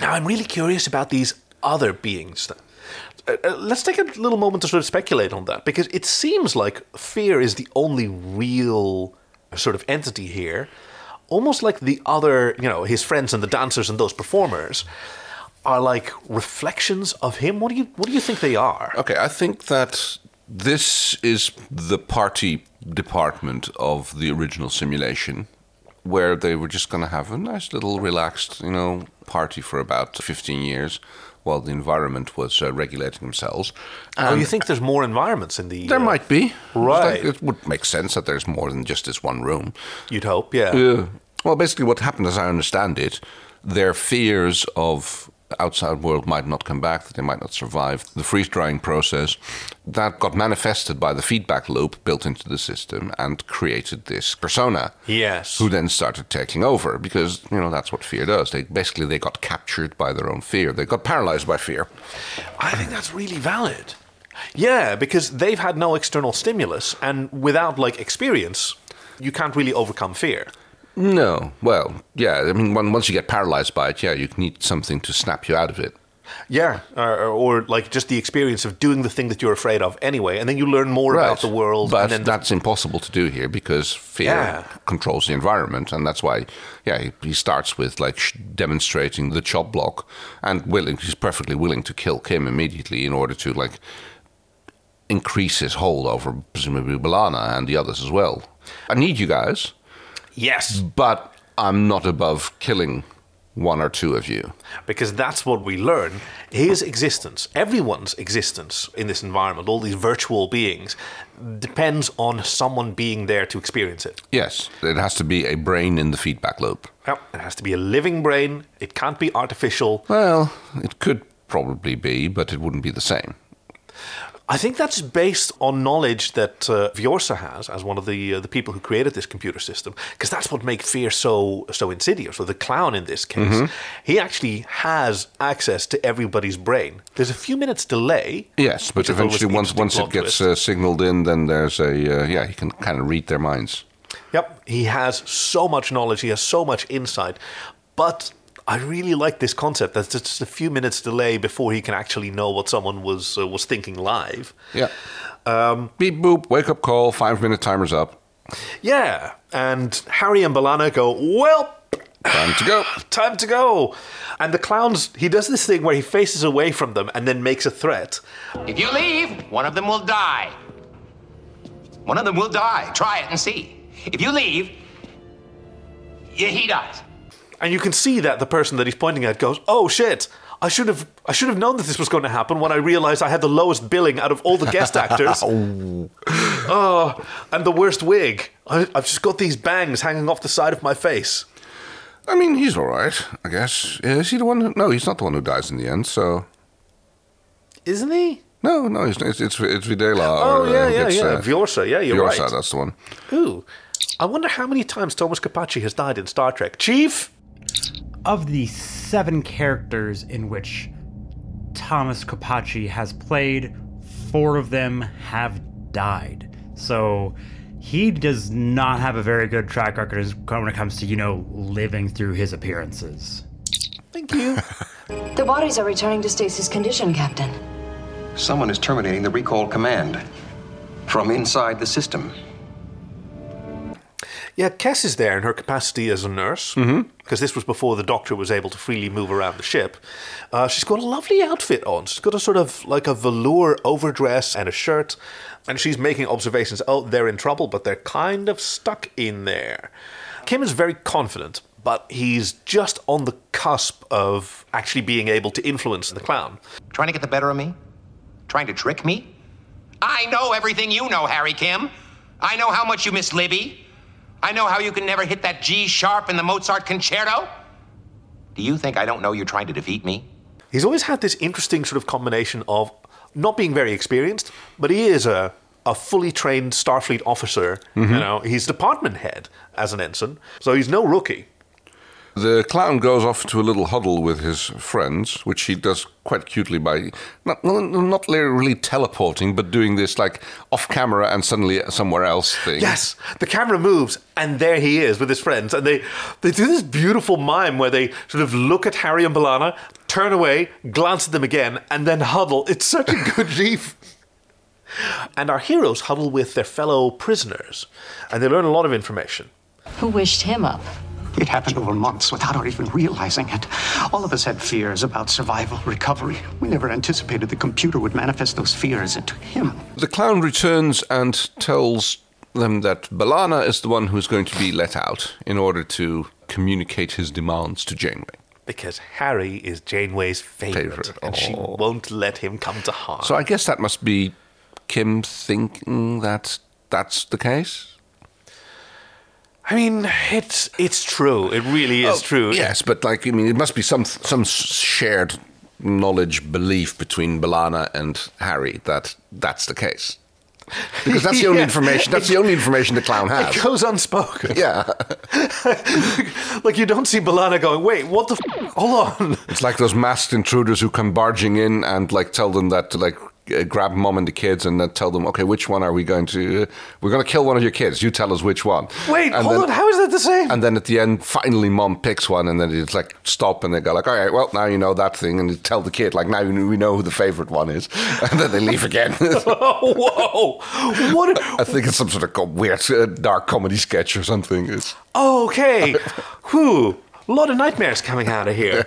Now I'm really curious about these other beings. Uh, uh, let's take a little moment to sort of speculate on that because it seems like fear is the only real uh, sort of entity here, almost like the other, you know, his friends and the dancers and those performers are like reflections of him. What do you what do you think they are?
Okay, I think that this is the party department of the original simulation where they were just going to have a nice little relaxed, you know, party for about 15 years while the environment was uh, regulating themselves.
oh, you think there's more environments in the
um, There
uh,
might be.
Right.
It would make sense that there's more than just this one room.
You'd hope, yeah.
Yeah. Well, basically, what happened, as I understand it, their fears of outside world might not come back, that they might not survive the freeze drying process, that got manifested by the feedback loop built into the system and created this persona.
Yes.
Who then started taking over because you know that's what fear does. They basically they got captured by their own fear. They got paralyzed by fear.
I think that's really valid. Yeah, because they've had no external stimulus, and without like experience, you can't really overcome fear.
No, well, yeah. I mean, one, once you get paralyzed by it, yeah, you need something to snap you out of it.
Yeah, or, Uh, or or, like just the experience of doing the thing that you're afraid of anyway, and then you learn more about the world.
But
and then
that's impossible to do here because fear
Yeah.
controls the environment, and that's why, yeah, he, he starts with like sh- demonstrating the chop block, and willing, he's perfectly willing to kill Kim immediately in order to like increase his hold over presumably Balana and the others as well. I need you guys,
yes,
but I'm not above killing one or two of you.
because that's what we learn. His existence, everyone's existence in this environment, all these virtual beings, depends on someone being there to experience it.
Yes, it has to be a brain in the feedback loop.
Yep. It has to be a living brain. It can't be artificial.
Well, it could probably be, but it wouldn't be the same.
I think that's based on knowledge that uh, Vyorsa has as one of the uh, the people who created this computer system, because that's what makes fear so so insidious. Or the clown in this case, he actually has access to everybody's brain. There's a few minutes delay.
Yes, but
which I thought was
eventually, once
interesting
once it
plot
gets
twist.
uh, signaled in, then there's a uh, yeah, you can kind of read their minds.
Yep, he has so much knowledge. He has so much insight, but. I really like this concept. That's just a few minutes delay before he can actually know what someone was uh, was thinking live.
Yeah. Um, Beep boop, wake up call, five minute timer's up.
Yeah, and Harry and Balana go, well,
Time to go.
time to go. And the clowns, he does this thing where he faces away from them and then makes a threat.
If you leave, one of them will die. One of them will die. Try it and see. If you leave, yeah, he dies.
And you can see that the person that he's pointing at goes, "Oh shit." I should have I should have known that this was going to happen when I realized I had the lowest billing out of all the guest actors. oh, and the worst wig. I, I've just got these bangs hanging off the side of my face.
I mean, he's all right, I guess. Is he the one? Who, no, he's not the one who dies in the end. So
Isn't he?
no, no, he's, it's it's it's Videla.
Oh
or,
yeah,
uh, who
yeah,
gets,
yeah.
uh,
Vyorsa, yeah, you're
Vyorsa,
right.
that's the one.
Ooh, I wonder how many times Thomas Capacci has died in Star Trek. Chief.
of the seven characters in which Thomas Capacci has played, four of them have died. So he does not have a very good track record as- when it comes to, you know, living through his appearances.
Thank you.
The bodies are returning to stasis condition, Captain.
Someone is terminating the recall command from inside the system.
Yeah, Kess is there in her capacity as a nurse, because this was before the doctor was able to freely move around the ship. Uh, she's got a lovely outfit on. She's got a sort of like a velour overdress and a shirt, and she's making observations. Oh, they're in trouble, but they're kind of stuck in there. Kim is very confident, but he's just on the cusp of actually being able to influence the clown.
Trying to get the better of me? Trying to trick me? I know everything you know, Harry Kim. I know how much you miss Libby. I know how you can never hit that G sharp in the Mozart concerto. Do you think I don't know you're trying to defeat me?
He's always had this interesting sort of combination of not being very experienced, but he is a, a fully trained Starfleet officer. You know, he's department head as an ensign, so he's no rookie.
The clown goes off to a little huddle with his friends, which he does quite cutely by not, not- not really teleporting, but doing this like off camera and suddenly somewhere else thing.
Yes, the camera moves, and there he is with his friends, and they they do this beautiful mime where they sort of look at Harry and Balana, turn away, glance at them again, and then huddle. It's such a good leaf. And our heroes huddle with their fellow prisoners, and they learn a lot of information.
Who wished him up?
It happened over months without our even realizing it. All of us had fears about survival, recovery. We never anticipated the computer would manifest those fears into him.
The clown returns and tells them that Balana is the one who's going to be let out in order to communicate his demands to Janeway.
Because Harry is Janeway's favorite, and she won't let him come to harm.
So I guess that must be Kim thinking that that's the case.
I mean, it's it's true. It really is
Oh,
true.
Yes, but like I mean, it must be some some shared knowledge belief between Balana and Harry that that's the case. Because that's the only
Yeah.
information. That's the only information the clown has.
It goes unspoken.
Yeah.
like you don't see Balana going, wait, what the? F- hold on.
It's like those masked intruders who come barging in and like tell them that to like uh, grab mom and the kids and then tell them, okay, which one are we going to? uh, We're going to kill one of your kids. You tell us which one.
Wait,
And
hold
then-
on. How is that the same?
And then at the end, finally, mom picks one, and then it's like stop, and they go like, "All right, well, now you know that thing," and you tell the kid like, "Now we know who the favorite one is," and then they leave again.
Oh, Whoa! What?
I think it's some sort of co- weird uh, dark comedy sketch or something. It's,
Oh, okay. Whew. A lot of nightmares coming out of here.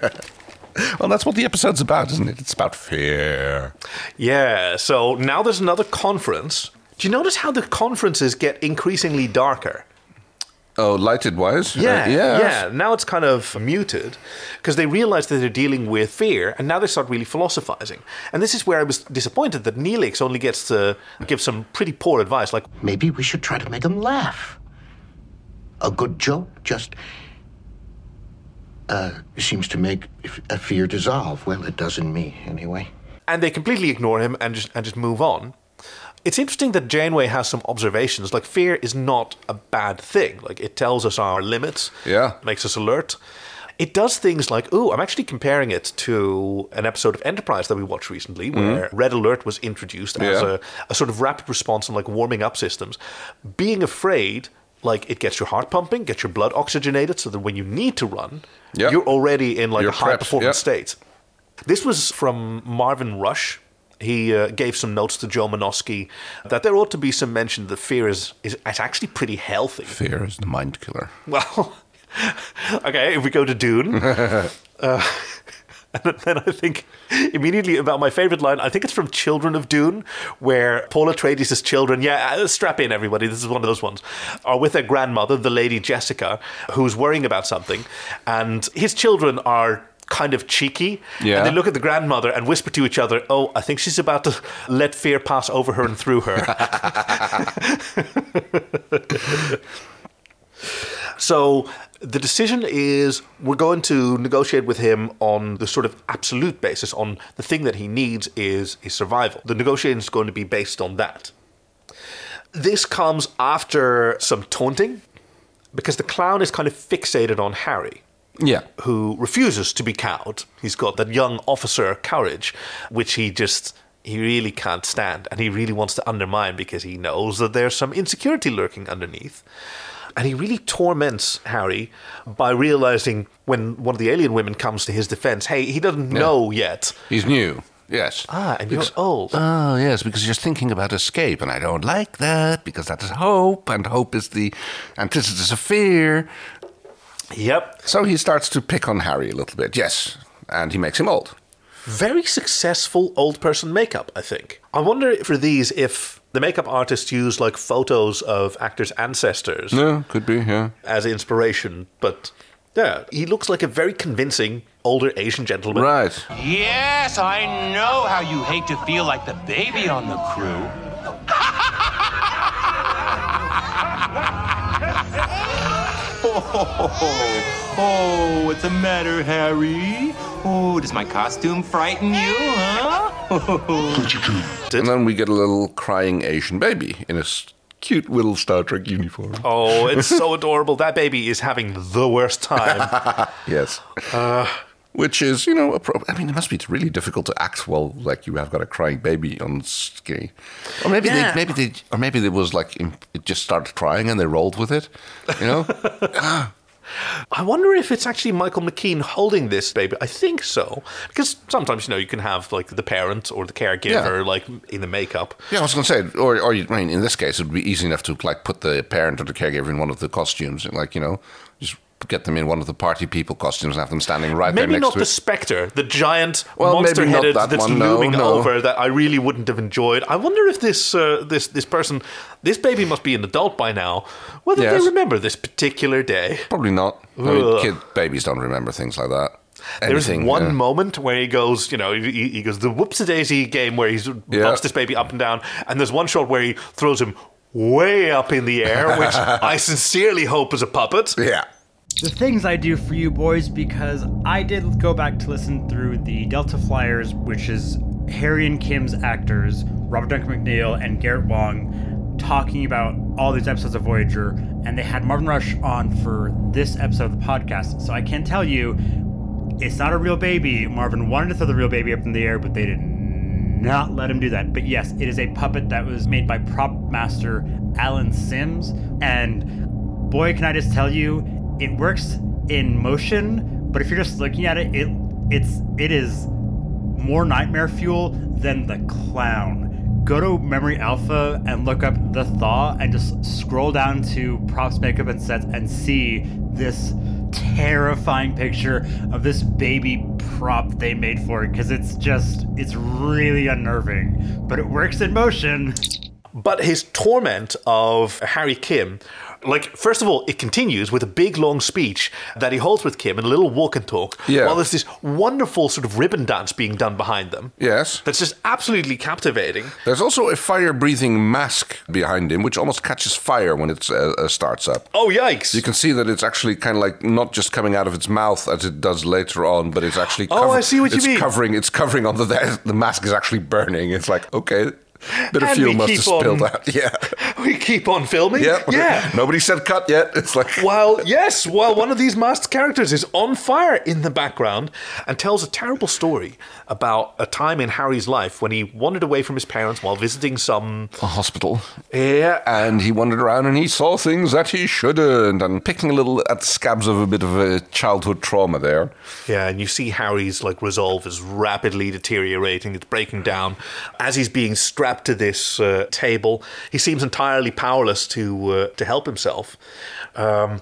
well, that's what the episode's about, isn't it? It's about fear.
yeah. So now there's another conference. Do you notice how the conferences get increasingly darker?
Oh, lighted wise.
Yeah,
yeah.
yeah. Now it's kind of muted because they realize that they're dealing with fear, and now they start really philosophizing. And this is where I was disappointed that Neelix only gets to give some pretty poor advice, like
Maybe we should try to make them laugh. A good joke just uh, seems to make f- a fear dissolve. Well, it does in me, anyway.
and they completely ignore him and just and just move on. It's interesting that Janeway has some observations. Like fear is not a bad thing. Like it tells us our limits.
Yeah.
Makes us alert. It does things like, ooh, I'm actually comparing it to an episode of Enterprise that we watched recently where red alert was introduced as
Mm-hmm. Yeah.
a, a sort of rapid response on like warming up systems. Being afraid, like it gets your heart pumping, gets your blood oxygenated so that when you need to run,
Yep.
you're already in like
You're
a high
prepped,
performance
yep.
state. This was from Marvin Rush. He uh, gave some notes to Joe Manosky that there ought to be some mention that fear is, is, is actually pretty healthy.
Fear is the mind killer.
Well, okay, if we go to Dune. uh, and then I think immediately about my favorite line. I think it's from Children of Dune, where Paul Atreides' children, yeah, uh, strap in everybody, this is one of those ones, are with their grandmother, the lady Jessica, who's worrying about something. And his children are kind of cheeky.
Yeah.
And they look at the grandmother and whisper to each other, oh, I think she's about to let fear pass over her and through her. So the decision is we're going to negotiate with him on the sort of absolute basis, on the thing that he needs is his survival. The negotiation is going to be based on that. This comes after some taunting, because the clown is kind of fixated on Harry
Yeah.
who refuses to be cowed. He's got that young officer courage, which he just he really can't stand, and he really wants to undermine because he knows that there's some insecurity lurking underneath. And he really torments Harry by realizing when one of the alien women comes to his defense, hey, he doesn't know yet.
He's new. Yes.
Ah, and you're
Because-
old.
Oh, yes, because you're thinking about escape, and I don't like that because that is hope, and hope is the antithesis of fear.
Yep.
So he starts to pick on Harry a little bit, yes, and he makes him old.
very successful old person makeup, I think. I wonder for these if the makeup artists use like photos of actors' ancestors
Yeah, could be, yeah.
as inspiration, but yeah, he looks like a very convincing older Asian gentleman.
Right.
Yes, I know how you hate to feel like the baby on the crew. oh, what's the matter, Harry? Oh, does my costume frighten you, huh?
And then we get a little crying Asian baby in a s- cute little Star Trek uniform.
Oh, it's so adorable. That baby is having the worst time.
yes. Uh, Which is, you know, a pro- I mean, it must be really difficult to act while like you have got a crying baby on screen. Or maybe
Yeah.
they, maybe they, or maybe it was like imp- it just started crying and they rolled with it. You know,
I wonder if it's actually Michael McKean holding this baby. I think so. Because sometimes, you know, you can have like the parent or the caregiver like in the makeup.
Yeah, I was going to say, or, or you- I mean, in this case, it would be easy enough to like put the parent or the caregiver in one of the costumes, and, like you know, just get them in one of the party people costumes and have them standing right there
Maybe
next
not
to
the
it.
specter, the giant
Well, maybe not
monster-headed
that
that's
one, no,
looming
no.
over that I really wouldn't have enjoyed. I wonder if this uh, this this person, this baby must be an adult by now. Whether
Yes.
they remember this particular day.
Probably not. I mean,
Ugh.
kid babies don't remember things like that.
There's
Anything,
one
yeah.
moment where he goes, you know, he, he goes the whoops a daisy game where he's bumps this baby up and down, and there's one shot where he throws him way up in the air, which I sincerely hope is a puppet.
Yeah.
The things I do for you boys because I did go back to listen through the Delta Flyers, which is Harry and Kim's actors, Robert Duncan McNeil and Garrett Wong, talking about all these episodes of Voyager, and they had Marvin Rush on for this episode of the podcast. So I can tell you, it's not a real baby. Marvin wanted to throw the real baby up in the air, but they did not let him do that. But yes, it is a puppet that was made by prop master Alan Sims. And boy, can I just tell you, it works in motion, but if you're just looking at it, it it's it is more nightmare fuel than the clown. Go to Memory Alpha and look up the Thaw and just scroll down to props, makeup, and sets and see this terrifying picture of this baby prop they made for it because it's just, it's really unnerving. But it works in motion.
But his torment of Harry Kim, like, first of all, it continues with a big long speech that he holds with Kim and a little walk and talk,
Yeah.
while there's this wonderful sort of ribbon dance being done behind them.
Yes.
That's just absolutely captivating.
There's also a fire-breathing mask behind him, which almost catches fire when it uh, uh, starts up.
Oh, yikes.
You can see that it's actually kind of like not just coming out of its mouth as it does later on, but it's actually
Oh, I see what you
it's
mean.
Covering, it's covering on the there. The mask is actually burning. It's like okay, bit of
And
fuel
we
must have
keep on-
spilled out. Yeah,
We keep on filming.
Yep.
Yeah.
Nobody said cut yet. It's like
While, yes, while one of these masked characters is on fire in the background and tells a terrible story about a time in Harry's life when he wandered away from his parents while visiting some.
a hospital.
Yeah.
And he wandered around and he saw things that he shouldn't, and picking a little at the scabs of a bit of a childhood trauma there.
Yeah, and you see Harry's like resolve is rapidly deteriorating. It's breaking down as he's being strapped to this uh, table. He seems entirely powerless to uh, to help himself. Um,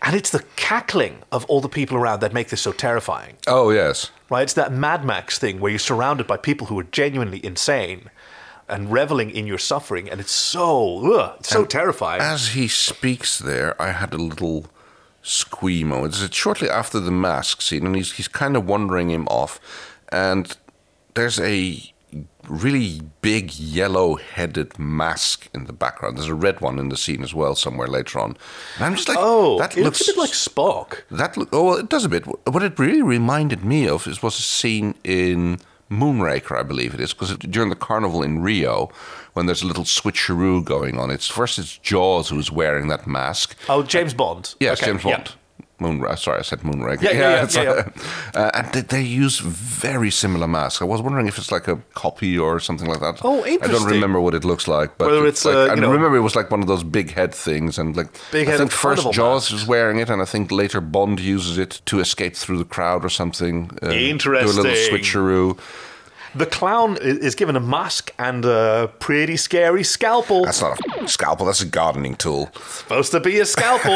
and it's the cackling of all the people around that make this so terrifying.
Oh yes.
Right, it's that Mad Max thing where you're surrounded by people who are genuinely insane and reveling in your suffering, and it's so ugh, it's so terrifying.
As he speaks there, I had a little squeamo. It's shortly after the mask scene, and he's he's kind of wandering him off, and there's a really big yellow-headed mask in the background. There's a red one in the scene as well somewhere later on. And I'm just like,
oh,
that
it
looks,
looks a bit like Spock.
that look. Oh, well, it does a bit. What it really reminded me of is was a scene in Moonraker, I believe it is, because during the carnival in Rio, when there's a little switcheroo going on, it's first it's Jaws who's wearing that mask.
Oh, James Bond.
Yes,
Okay,
James
yeah.
Bond. Moonra- sorry, I said Moonraker.
Yeah, yeah, yeah,
it's
yeah,
like- Uh, and they, they use very similar masks. I was wondering if it's like a copy or something like that.
Oh,
I don't
interesting.
remember what it looks like, but
Whether it's,
like,
uh,
I
you know-
remember it was like one of those big head things, and like
Big
I
head
think first
carnival
Jaws is wearing it, and I think later Bond uses it to escape through the crowd or something. Uh, Do a
Interesting.
little switcheroo.
The clown i- is given a mask and a pretty scary scalpel.
That's not a f- scalpel. That's a gardening tool.
Supposed to be a scalpel.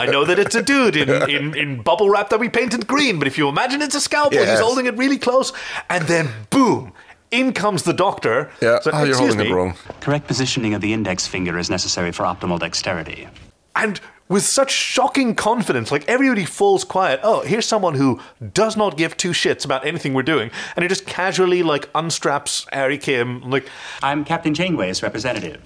I know that it's a dude in, in, in bubble wrap that we painted green, but if you imagine it's a scalpel,
Yes.
he's holding it really close, and then boom, in comes the doctor.
Yeah.
So,
oh, you're
"Excuse
holding it
me."
wrong.
Correct positioning of the index finger is necessary for optimal dexterity.
And with such shocking confidence, like everybody falls quiet. Oh, here's someone who does not give two shits about anything we're doing, and he just casually like unstraps Harry Kim, like,
I'm Captain Janeway's representative.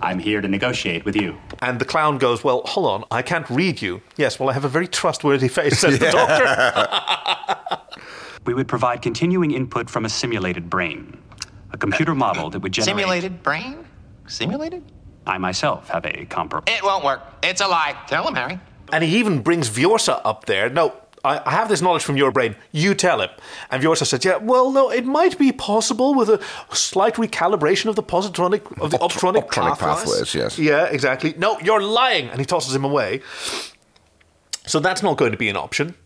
I'm here to negotiate with you.
and the clown goes, "Well, hold on, I can't read you." Yes, well, I have a very trustworthy face, says the doctor.
We would provide continuing input from a simulated brain, a computer model that would generate.
Simulated brain? Simulated?
I myself have a comparable.
It won't work. It's a lie. Tell him, Harry.
And he even brings Vyorsa up there. No, I, I have this knowledge from your brain. You tell him. And Vyorsa says, yeah, well, no, it might be possible with a slight recalibration of the positronic, of the optronic,
optronic pathways, yes.
Yeah, exactly. No, you're lying. And he tosses him away. So that's not going to be an option.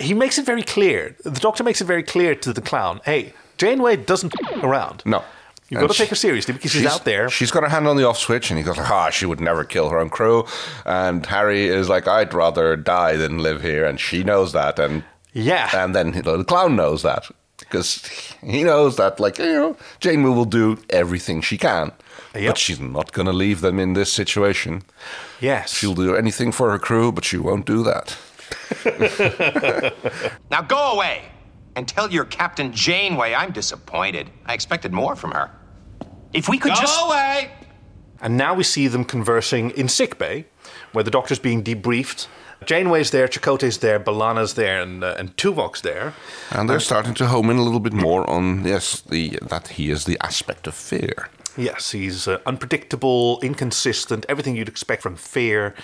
He makes it very clear. The doctor makes it very clear to the clown, hey, Janeway doesn't around.
No.
You've
And
got to
she-
take her seriously because she's, out there.
She's got her hand on the off switch, and he goes, "Ah, she would never kill her own crew." And Harry is like, "I'd rather die than live here," and she knows that, and
yeah,
and then you know, the clown knows that because he knows that, like you know, Jane will do everything she can, but she's not going to leave them in this situation.
Yes,
she'll do anything for her crew, but she won't do that.
Now go away and tell your Captain Janeway I'm disappointed. I expected more from her. If we could go just. Go away!
And now we see them conversing in sickbay, where the doctor's being debriefed. Janeway's there, Chakotay's there, Balana's there, and, uh, and Tuvok's there.
And they're starting to home in a little bit more on yes, the that he is the aspect of fear.
Yes, he's uh, unpredictable, inconsistent, everything you'd expect from fear.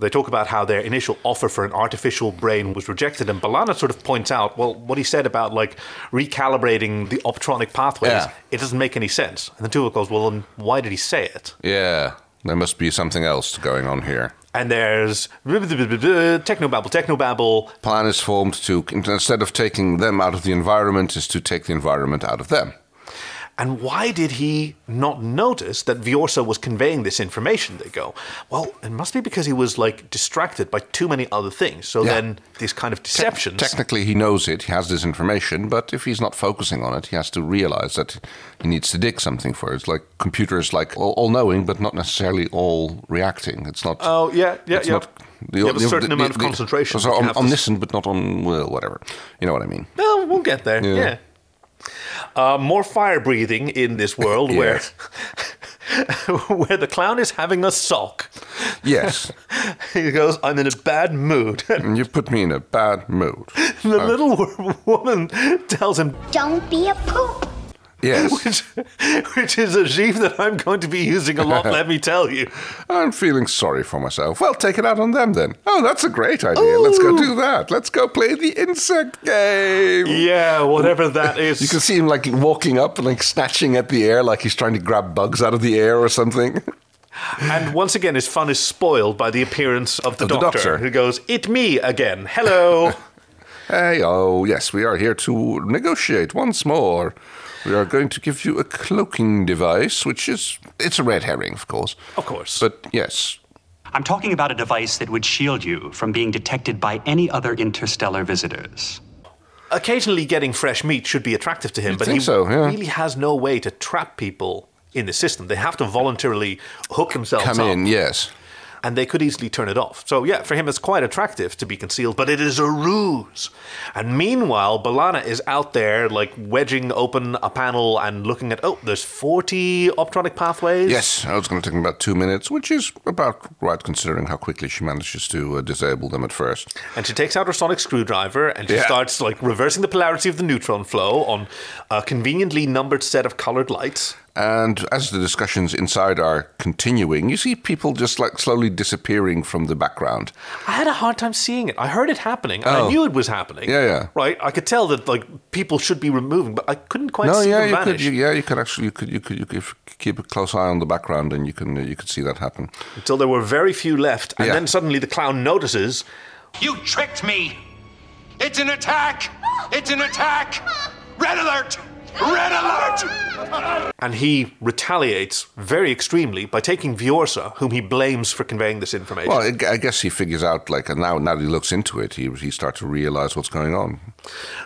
They talk about how their initial offer for an artificial brain was rejected, and Balana sort of points out, well, what he said about like recalibrating the optronic pathways,
Yeah.
it doesn't make any sense. And then Tuvok goes, well, then why did he say it?
Yeah, there must be something else going on here.
And there's technobabble, technobabble,
plan is formed to instead of taking them out of the environment is to take the environment out of them
And why did he not notice that Viorsa was conveying this information? They go, well, it must be because he was like distracted by too many other things. So
Yeah.
then these kind of deceptions.
technically he knows it he has this information but if he's not focusing on it he has to realize that he needs to dig something for it it's like computers like all, all knowing but not necessarily all reacting it's not
oh yeah, yeah,
it's
yeah.
not
you have a certain amount of
the-
concentration.
so
that you
om-
have to-
omniscient but not on well whatever you know what i mean
No, we'll get there. Yeah.
Yeah.
Uh, more fire breathing in this world where where the clown is having a sock.
Yes.
he goes, I'm in a bad mood.
you put me in a bad mood Uh.
the little wo- woman tells him,
Don't be a poop.
yes
which, which is a sheaf that I'm going to be using a lot, let me tell you.
I'm feeling sorry for myself. Well, take it out on them then. Oh, that's a great idea. Let's go do that. Let's go play the insect game.
Yeah, whatever that is.
You can see him like walking up and like snatching at the air like he's trying to grab bugs out of the air or something.
And once again, his fun is spoiled by the appearance of the,
Of the
doctor,
doctor.
who goes, It me again. Hello.
Hey, oh, yes, we are here to negotiate once more. We are going to give you a cloaking device, which is it's a red herring, of course.
Of course.
But yes.
I'm talking about a device that would shield you from being detected by any other interstellar visitors.
Occasionally getting fresh meat should be attractive to him,
You'd
but
think
he
so, yeah.
really has no way to trap people in the system. They have to voluntarily hook themselves
Come
up.
in, yes.
And they could easily turn it off. So, yeah, for him, it's quite attractive to be concealed, but it is a ruse. And meanwhile, Balana is out there, like, wedging open a panel and looking at, oh, there's 40 optronic pathways.
Yes, I was going to take about two minutes, which is about right considering how quickly she manages to uh, disable them at first.
And she takes out her sonic screwdriver and she
Yeah.
starts like reversing the polarity of the neutron flow on a conveniently numbered set of colored lights.
And as the discussions inside are continuing, you see people just like slowly disappearing from the background.
I had a hard time seeing it. I heard it happening. And I
Oh.
knew it was happening.
Yeah, yeah.
Right? I could tell that like people should be removing, but I couldn't quite
no,
see
yeah,
them
you
vanish.
could, you, yeah, you could actually, you could, you could, you could keep a close eye on the background, and you can, uh, you could see that happen.
Until there were very few left, and
Yeah.
then suddenly the clown notices.
You tricked me! It's an attack! It's an attack! Red alert! Red alert!
And he retaliates very extremely by taking Viorsa, whom he blames for conveying this information.
Well, I g- I guess he figures out like, and now, now that he looks into it, he he starts to realize what's going on.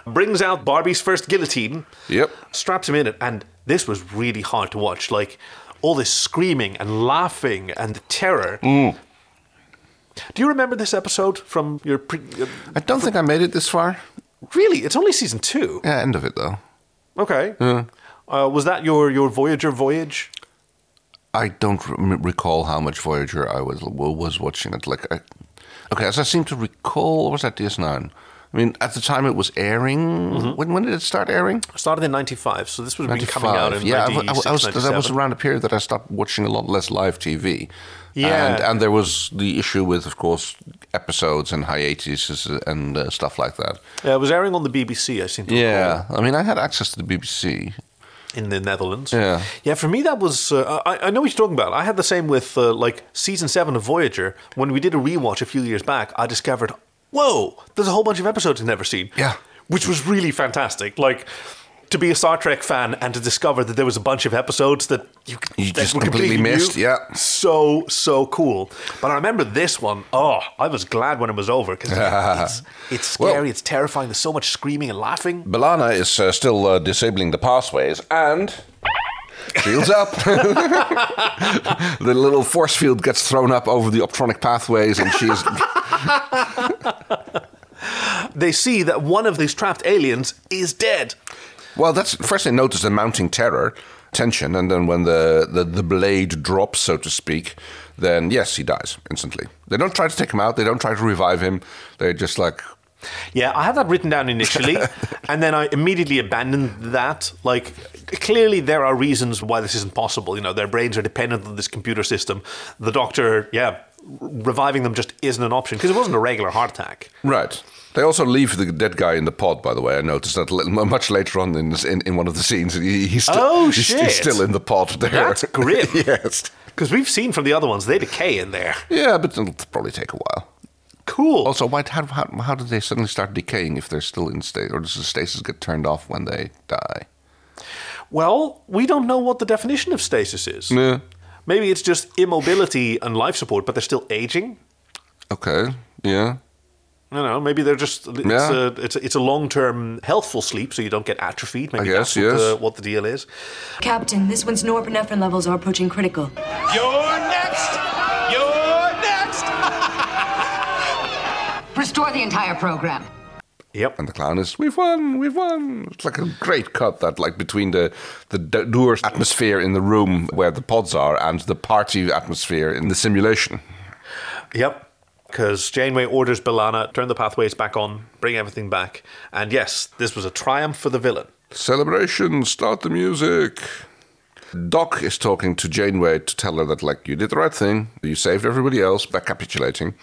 brings out Barbie's first guillotine.
Yep.
Straps him in it, and this was really hard to watch. Like all this screaming and laughing and the terror.
Mm.
Do you remember this episode from your? Pre-
I don't think I made it this far.
Really, it's only season two.
Yeah, end of it though.
Okay.
Yeah.
Uh, was that your your Voyager voyage?
I don't re- recall how much Voyager I was was watching it. Like, I, okay, as I seem to recall, was that DS Nine? I mean, at the time it was airing. When, when did it start airing?
Started in '95, so this would have Mm-hmm. been coming out in
yeah, I wa- I wa-
96,
I was, that was
97.
around a period that I stopped watching a lot less live TV.
Yeah.
And, and there was the issue with, of course, episodes and hiatuses and uh, stuff like that.
Yeah, it was airing on the BBC. I seem to
Yeah, I mean, I had access to the BBC.
in the Netherlands.
Yeah.
Yeah, for me that was uh, I, I know what you're talking about. I had the same with uh, like season seven of Voyager. When we did a rewatch a few years back, I discovered, whoa, there's a whole bunch of episodes I've never seen. Yeah, which was really fantastic. Like. To be a Star Trek fan and to discover that there was a bunch of episodes that you,
You
that
just
were
completely
new.
missed, yeah.
so so cool. But I remember this one. Oh, I was glad when it was over because it's, it's scary, it's terrifying. There's so much screaming and laughing.
Belana is uh, still uh, disabling the pathways and. Shields up. the little force field gets thrown up over the optronic pathways, and she's
They see that one of these trapped aliens is dead.
Well, that's first they notice the mounting terror, tension, and then when the, the, the blade drops, so to speak, then yes, he dies instantly. They don't try to take him out, they don't try to revive him. They're just like,
Yeah, I had that written down initially, and then I immediately abandoned that. Like, clearly there are reasons why this isn't possible. You know, their brains are dependent on this computer system. The doctor, yeah, reviving them just isn't an option because it wasn't a regular heart attack.
right. They also leave the dead guy in the pod, by the way. I noticed that li- much later on in, this- in, in one of the scenes. He, he's, still,
Oh,
he's,
shit.
he's still in the pod there.
That's grim.
yes.
Because we've seen from the other ones, they decay in there.
Yeah, but it'll probably take a while.
Cool.
Also, why, how, how, how do they suddenly start decaying if they're still in state, or does the stasis get turned off when they die?
Well, we don't know what the definition of stasis is.
Yeah.
Maybe it's just immobility and life support, but they're still aging.
Okay. Yeah.
I don't know. Maybe they're just it's
Yeah.
a it's a, it's a long term healthful sleep, so you don't get atrophied. Maybe
guess,
that's what,
yes.
the, what the deal is.
Captain, this one's norepinephrine levels are approaching critical.
You're next! You're next!
Restore the entire program.
Yep.
And the clown is, we've won, we've won. It's like a great cut that, like, between the the d- dour atmosphere in the room where the pods are and the party atmosphere in the simulation.
Yep. Because Janeway orders Belana turn the pathways back on, bring everything back, and yes, this was a triumph for the villain.
Celebration, start the music. Doc is talking to Janeway to tell her that, like, you did the right thing, you saved everybody else by capitulating.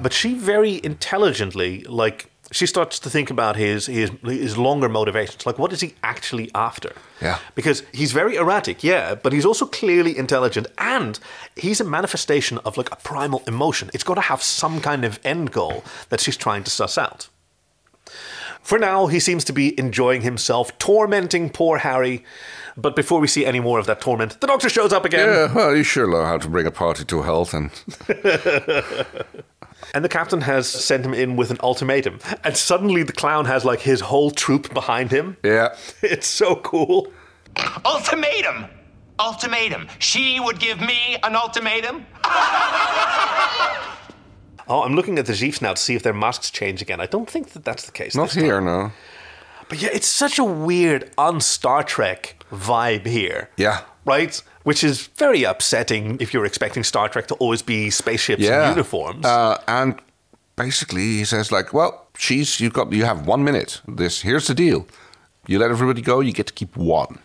But she very intelligently, like, she starts to think about his his his longer motivations. Like, what is he actually after?
Yeah.
Because he's very erratic, yeah, but he's also clearly intelligent, and he's a manifestation of like a primal emotion. It's got to have some kind of end goal that she's trying to suss out. For now, he seems to be enjoying himself, tormenting poor Harry. But before we see any more of that torment, the doctor shows up again.
Yeah, well, you sure know how to bring a party to health, and
And the captain has sent him in with an ultimatum. And suddenly the clown has like his whole troop behind him.
yeah.
It's so cool.
Ultimatum! Ultimatum. She would give me an ultimatum?
Oh, I'm looking at the Zeefs now to see if their masks change again. I don't think that that's the case.
Not
this
here,
time.
no.
But yeah, it's such a weird un Star Trek vibe here.
Yeah.
Right? Which is very upsetting if you're expecting Star Trek to always be spaceships and uniforms.
Uh, and basically, he says like, "Well, she's you've got you have one minute. This here's the deal: you let everybody go, you get to keep one.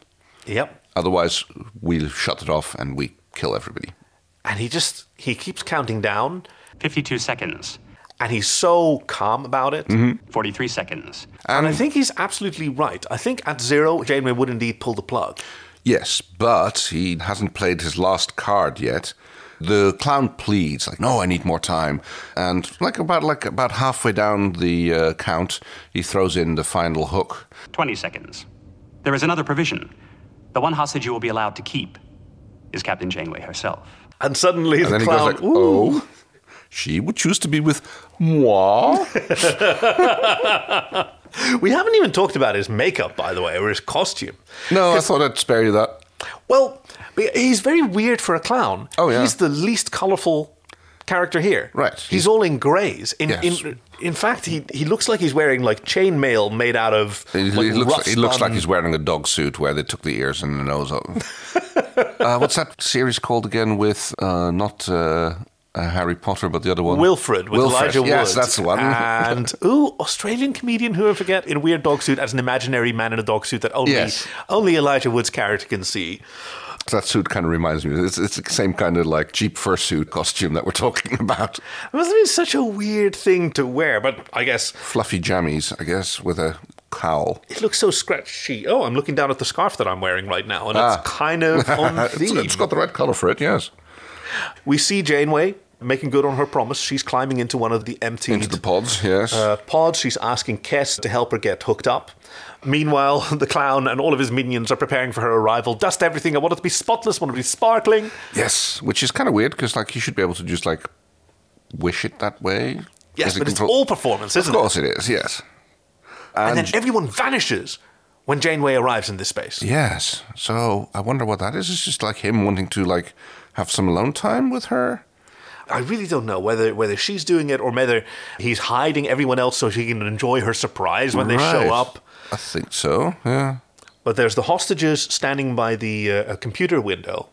yep.
Otherwise, we shut it off and we kill everybody."
And he just he keeps counting down
52 seconds,
and he's so calm about it.
Mm-hmm.
43 seconds,
And I think he's absolutely right. I think at zero, Janeway would indeed pull the plug.
Yes, but he hasn't played his last card yet. The clown pleads like, "No, I need more time." And like about like about halfway down the uh, count, he throws in the final hook.
20 seconds. There is another provision. The one hostage you will be allowed to keep is Captain Janeway herself.
And suddenly
And
the
then he
clown.
goes like, "Oh, she would choose to be with moi."
We haven't even talked about his makeup, by the way, or his costume.
No, I thought I'd spare you that.
Well, but he's very weird for a clown.
Oh, yeah.
He's the least colourful character here.
Right.
He's, all in greys. In,
Yes.
in in fact, he he looks like he's wearing like chainmail made out of.
He,
like,
he looks,
rough
like, he looks like
spun-
he's wearing a dog suit where they took the ears and the nose off. uh, what's that series called again with uh, not uh, uh, Harry Potter, but the other one.
Wilfred with
Wilfred.
Elijah Wood. Ah,
Yes, that's the one.
And ooh, Australian comedian who I forget in a weird dog suit as an imaginary man in a dog suit that only
Yes.
only Elijah Wood's character can see.
that suit kind of reminds me. It's, it's the same kind of like cheap fursuit costume that we're talking about.
It must have been such a weird thing to wear, but I guess
Fluffy jammies, I guess, with a cowl.
it looks so scratchy. Oh, I'm looking down at the scarf that I'm wearing right now, and
Ah.
it's kind of on
It's-
theme.
it's got the right color for it. Yes,
We see Janeway making good on her promise. She's climbing into one of the empty
into the pods. Yes.
uh, pod. She's asking Kes to help her get hooked up. Meanwhile, the clown and all of his minions are preparing for her arrival. Dust everything. I want it to be spotless. I want it to be sparkling.
yes, which is kind of weird because like you should be able to just like wish it that way.
Yes,
Is it
but it's
control-
all performance, isn't
Of course it is. Yes.
it? And, then everyone vanishes when Janeway arrives in this space.
Yes. So I wonder what that is. It's just like him wanting to like have some alone time with her.
I really don't know whether whether she's doing it or whether he's hiding everyone else so she can enjoy her surprise when they
Right.
show up.
I think so. Yeah.
But there's the hostages standing by the uh, computer window.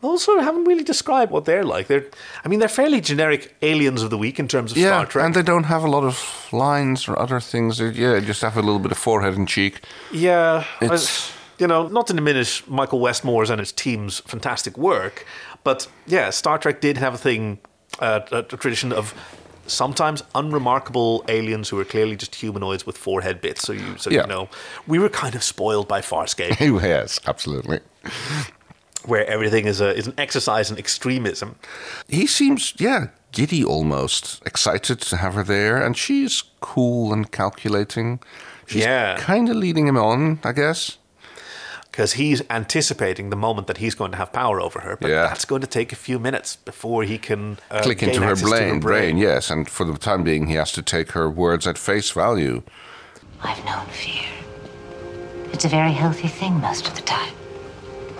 Those sort of haven't really described what they're like. They're, I mean, they're fairly generic aliens of the week in terms of
Yeah,
Star Trek.
and they don't have a lot of lines or other things. They- Yeah, just have a little bit of forehead and cheek.
Yeah,
It's-
I- you know, not to diminish Michael Westmore's and his team's fantastic work, but yeah, Star Trek did have a thing, uh, a, a tradition of sometimes unremarkable aliens who are clearly just humanoids with forehead bits. So you, so
Yeah.
you know, we were kind of spoiled by Farscape,
yes, absolutely.
where everything is a is an exercise in extremism.
He seems, yeah, giddy almost, excited to have her there, and she's cool and calculating. She's
Yeah.
kind of leading him on, I guess.
Because he's anticipating the moment that he's going to have power over her, but
Yeah.
that's going to take a few minutes before he can uh,
Click into
gain
her
access to
brain, brain, yes, and for the time being, he has to take her words at face value.
I've known fear. It's a very healthy thing most of the time.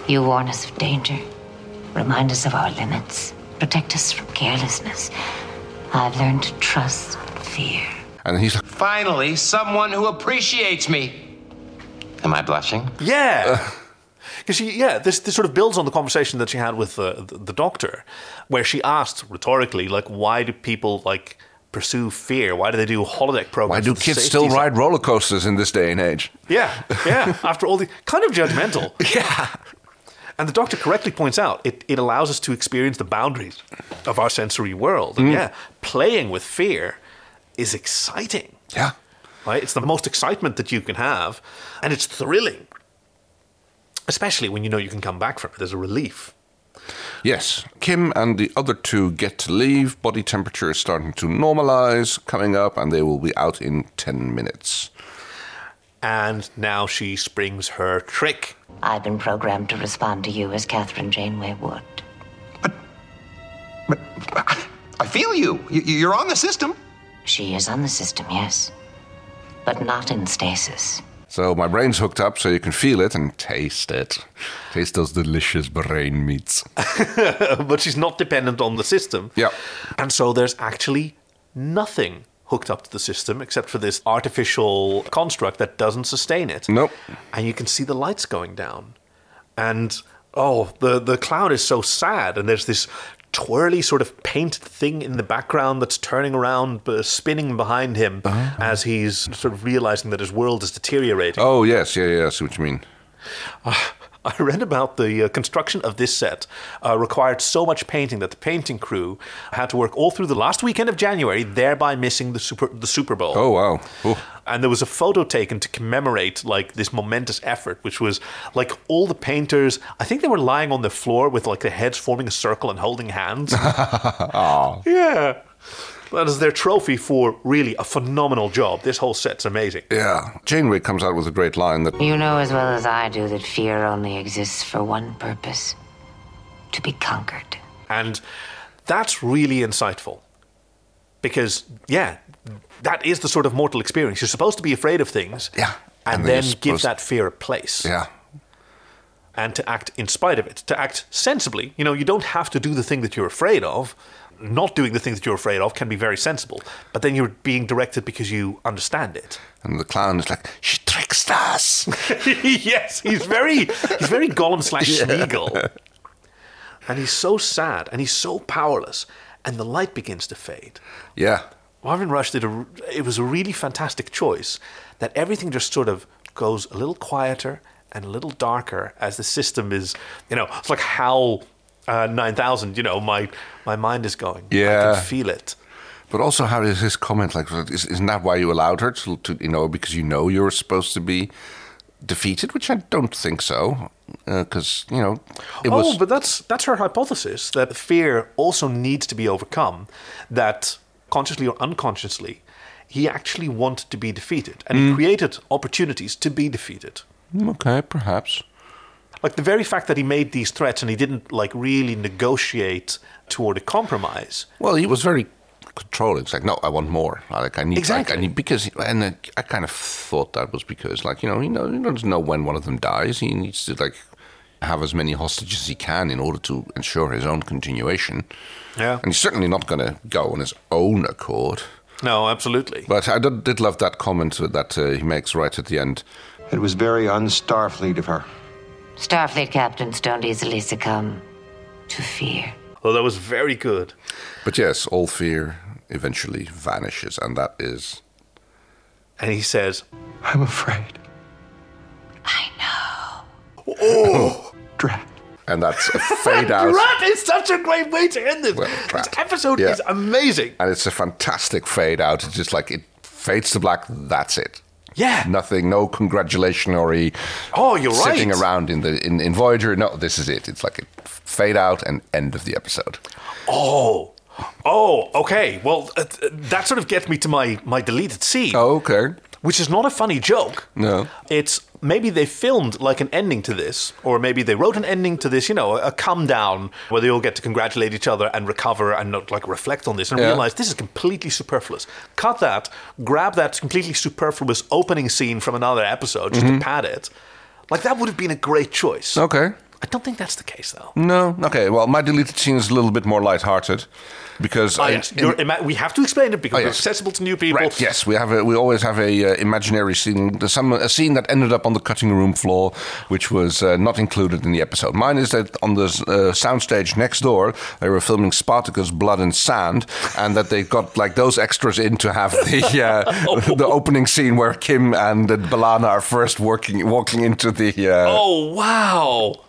You warn us of danger, remind us of our limits, protect us from carelessness. I've learned to trust fear.
And he's like,
Finally, someone who appreciates me. Am I blushing?
Yeah. Because she, yeah, this, this sort of builds on the conversation that she had with uh, the, the doctor, where she asked rhetorically, like, why do people like pursue fear? Why do they do holodeck programs?
why do
for
kids
safety
still
side?"
ride roller coasters in this day and age?
Yeah, yeah. After all, the kind of judgmental. yeah. And the doctor correctly points out it, it allows us to experience the boundaries of our sensory world. And
Mm.
yeah, playing with fear is exciting.
Yeah.
Right? It's the most excitement that you can have, and it's thrilling. Especially when you know you can come back from it. There's a relief.
Yes, Kim and the other two get to leave. Body temperature is starting to normalize, coming up, and they will be out in 10 minutes.
And now she springs her trick.
I've been programmed to respond to you as Catherine Janeway would.
I feel you. You- You're on the system.
She is on the system, yes, but not in stasis.
So my brain's hooked up, so you can feel it and taste it. Taste those delicious brain meats.
but she's not dependent on the system.
Yeah.
And so there's actually nothing hooked up to the system except for this artificial construct that doesn't sustain it.
Nope.
And you can see the lights going down. And oh, the, the cloud is so sad. And there's this twirly sort of painted thing in the background that's turning around, uh, spinning behind him as he's sort of realizing that his world is deteriorating.
Oh, yes, yeah, yeah, I see what you mean.
I read about the uh, construction of this set uh, required so much painting that the painting crew had to work all through the last weekend of January, thereby missing the Super, the Super Bowl.
Oh, wow. Oh.
And there was a photo taken to commemorate like this momentous effort, which was like all the painters. I think they were lying on the floor with like their heads forming a circle and holding hands.
Aw.
yeah, that is their trophy for really a phenomenal job. This whole set's amazing.
Yeah. Janeway comes out with a great line that
You know as well as I do that fear only exists for one purpose to be conquered.
And that's really insightful. Because, yeah, that is the sort of mortal experience. You're supposed to be afraed of things.
Yeah.
And,
And then
then
you're
give
supposed-
that fear a place.
Yeah.
And to act in spite of it, to act sensibly. You know, you don't have to do the thing that you're afraid of. Not doing the thing that you're afraid of can be very sensible. But then you're being directed because you understand it.
and the clown is like, she tricked us.
yes, he's very he's very Gollum slash Smeagol. And he's so sad and he's so powerless. and the light begins to fade.
Yeah.
Marvin Rush did a. It was a really fantastic choice that everything just sort of goes a little quieter and a little darker as the system is. You know, it's like how uh, nine thousand. You know, my my mind is going. I
Yeah.
can feel it.
But also, how is his comment like? Is, isn't that why you allowed her to, to, you know, because you know you're supposed to be defeated? Which I don't think so, because you know, it
oh,
was.
but that's that's her hypothesis that fear also needs to be overcome. That consciously or unconsciously, he actually wanted to be defeated, and
Mm.
he created opportunities to be defeated.
Okay, perhaps.
Like the very fact that he made these threats and he didn't like really negotiate toward a compromise.
Well, he was very controlling. It's like, no, I want more. Like, I need,
Exactly.
like, I need because, and uh, I kind of thought that was because, like, you know, he know- he doesn't know when one of them dies. He needs to like have as many hostages as he can in order to ensure his own continuation.
Yeah.
And he's certainly not going to go on his own accord.
No, absolutely.
But I did, did love that comment that uh, he makes right at the end.
It was very un-Starfleet of her.
Starfleet captains don't easily succumb to fear.
Oh, that was very good.
But yes, all fear eventually vanishes, and that is.
And he says,
"I'm afraid."
Oh,
And that's a fade out.
Drat is such a great way to end this.
Well,
this
Drat.
episode
Yeah.
is amazing.
and it's a fantastic fade out. It's just like it fades to black. That's it.
Yeah.
Nothing. No congratulatory.
Oh, you're
sitting
right.
around in the in, in Voyager. No, this is it. It's like a fade out and end of the episode.
Oh. Oh, okay. Well, uh, uh, that sort of gets me to my, my deleted scene.
Oh, okay.
Which is not a funny joke.
No.
It's maybe they filmed like an ending to this, or maybe they wrote an ending to this, you know, a come down where they all get to congratulate each other and recover and not like reflect on this and
Yeah.
realize this is completely superfluous. Cut that, grab that completely superfluous opening scene from another episode just
Mhm.
to pad it. Like that would have been a great choice.
Okay.
I don't think that's the case though.
No. Okay. Well, my deleted scene is a little bit more lighthearted because
Oh,
I-
yes. You're ima- we have to explain it because
Oh,
it's
yes.
accessible to new people.
Right, yes, we have. A, we always have a uh, imaginary scene, some a scene that ended up on the cutting room floor, which was uh, not included in the episode. Mine is that on the uh, soundstage next door, they were filming Spartacus, Blood and Sand, and that they got like those extras in to have the uh, the opening scene where Kim and uh, Balana are first working walking into the. Uh,
Oh wow!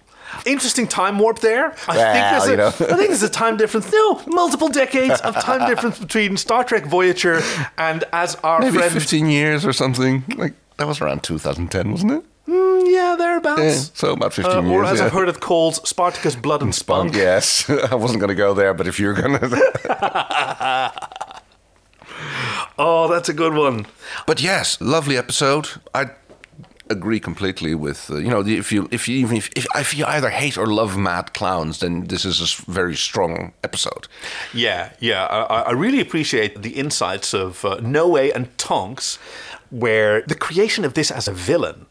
Interesting time warp there. I
Well,
think there's a,
you know.
I think there's a time difference. No, multiple decades of time difference between Star Trek Voyager and as our
maybe
friend.
fifteen years or something. Like that was around 2010, wasn't it?
Mm, yeah, thereabouts.
Yeah, so about 15
Uh, Or
years,
as
yeah.
I've heard um, it called, Spartacus Blood and Spunk.
Yes, I wasn't going to go there, but if you're going to.
oh, that's a good one.
But yes, lovely episode. I agree completely with uh, you know the- if you if you even if, if if you either hate or love mad clowns, then this is a s- very strong episode.
Yeah, yeah. I, I- I really appreciate the insights of uh, Noe and Tonks, where the creation of this as a villain,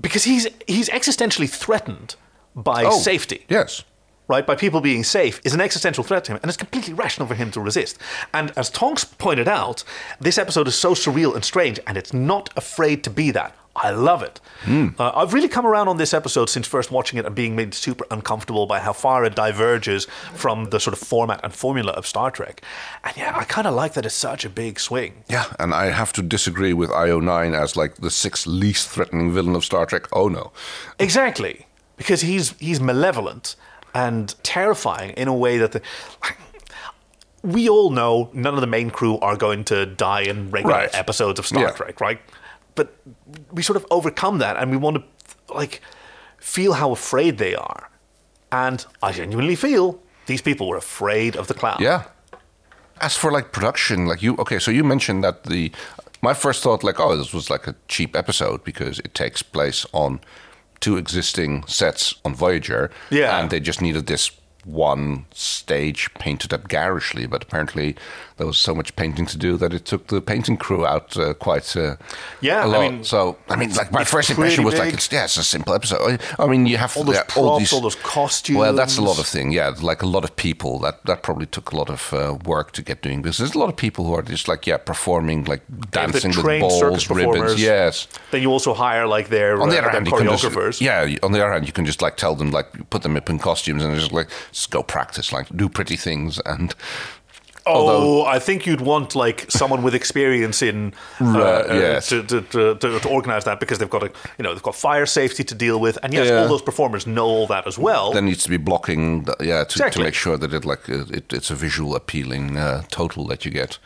because he's he's existentially threatened by
Oh,
safety.
Yes.
Right, by people being safe is an existential threat to him, and it's completely rational for him to resist. And as Tonks pointed out, this episode is so surreal and strange, and it's not afraid to be that. I love it. Uh, I've really come around on this episode since first watching it and being made super uncomfortable by how far it diverges from the sort of format and formula of Star Trek. And yeah, I kind of like that it's such a big swing.
Yeah, and I have to disagree with IO9 as like the sixth least threatening villain of Star Trek. Oh no.
Exactly, because he's he's malevolent and terrifying in a way that the, we all know none of the main crew are going to die in regular
Right.
episodes of Star
Yeah.
Trek, right? But we sort of overcome that, and we want to like feel how afraid they are. And I genuinely feel these people were afraid of the clown.
Yeah. As for like production, like you okay, so you mentioned that the my first thought like oh this was like a cheap episode because it takes place on two existing sets on Voyager.
Yeah.
And they just needed this one stage painted up garishly, but apparently there was so much painting to do that it took the painting crew out uh, quite uh,
Yeah, I
a lot.
mean,
so I mean, like my
it's
first impression
pretty
was
big.
like it's yeah, it's a simple episode. I I mean, you have
All those
yeah,
props, all those costumes.
Well, that's a lot of thing. Yeah, like a lot of people. That that probably took a lot of uh, work to get doing this. There's a lot of people who are just like yeah, performing like dancing with
trained circus
balls, ribbons.
performers.
Yes.
Then you also hire like their,
On the
uh,
other hand,
their
you can
choreographers.
just, yeah. On the other hand, you can just like tell them like put them up in costumes and just like just go practice, like do pretty things, and
Oh, I think you'd want like someone with experience in uh,
Right,
uh,
yes.
to, to, to, to, to organize that because they've got a you know they've got fire safety to deal with, and yes,
Yeah.
all those performers know all that as well.
there needs to be blocking, th- yeah, to,
Oh. Exactly.
to make sure that it like uh, it, it's a visual appealing uh, total that you get.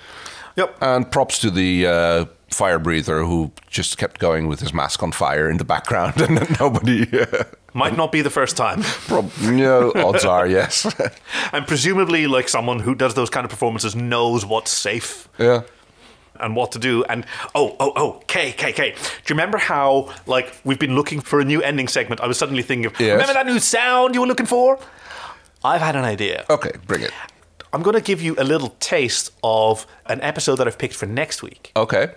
Yep.
And props to the uh, fire breather who just kept going with his mask on fire in the background, and nobody. Uh,
Might not be the first time.
prob- no, odds are yes.
and presumably, like someone who does those kind of performances knows what's safe
yeah.
and what to do. And oh, oh, oh, K, K, K. Do you remember how like we've been looking for a new ending segment? I was suddenly thinking of
Yes.
remember that new sound you were looking for. I've had an idea.
Okay, bring it.
I'm going to give you a little taste of an episode that I've picked for next week.
Okay.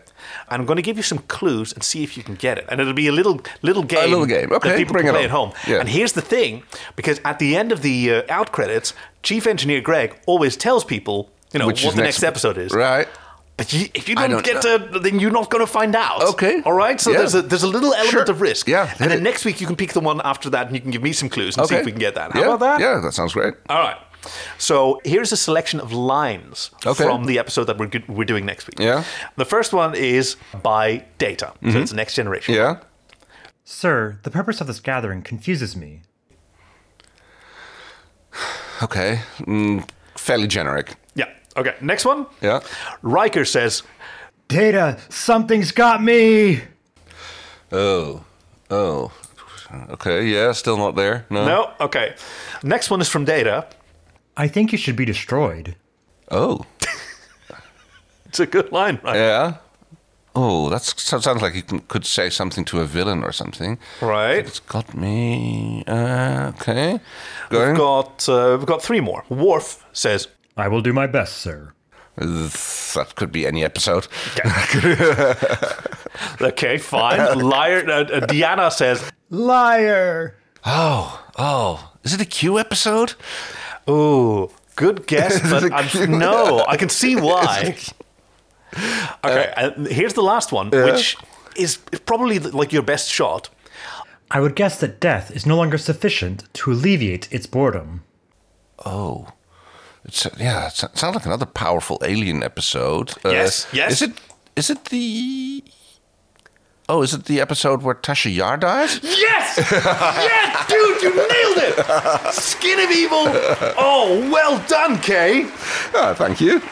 And I'm going to give you some clues and see if you can get it. And it'll be a little little game,
little game. Okay,
that people
bring
can
it
play
on.
at home.
Yeah.
And here's the thing, because at the end of the uh, out credits, Chief Engineer Greg always tells people, you know,
Which
what
is
the
next-
next, episode is.
Right.
But you, if you
I
don't,
don't
get to, then you're not going to find out.
Okay.
All right. So
Yeah.
there's a there's a little element
Sure.
of risk.
Yeah, hit
And
it.
then next week you can pick the one after that, and you can give me some clues and see if we can get that. How
yeah.
about that?
Yeah, that sounds great.
All right. So here's a selection of lines
Okay.
from the episode that we're, g- we're doing next week.
Yeah. Mm-hmm.
The first one is by data. So it's next generation.
Yeah.
Sir, the purpose of this gathering confuses me.
Okay. Mm, fairly generic.
Yeah. Okay. Next one.
Yeah.
Riker says,
Data, something's got me!
Oh. Oh. Okay. Yeah. Still not there. No.
no. Okay. Next one is from data.
I think you should be destroyed.
Oh.
It's a good line, right?
Yeah. Oh, that sounds like you can, could say something to a villain or something.
Right.
It's got me. Uh, okay. Going.
We've got, uh, we've got three more. Worf says,
I will do my best, sir.
that could be any episode.
okay, fine. Liar. Uh, uh, Deanna says,
Liar!
Oh. Oh. Is it a Q episode?
ooh, good guess, but I'm, no, I can see why. Okay. and here's the last one, which is probably like your best shot.
I would guess that death is no longer sufficient to alleviate its boredom.
Oh. It's, yeah, it so- sounds like another powerful alien episode. Uh,
Yes, yes.
Is it? Is it the? Oh, is it the episode where Tasha Yar dies?
Yes! yes, dude, you nailed it! Skin of Evil! Oh, well done, Kay!
Oh, thank you.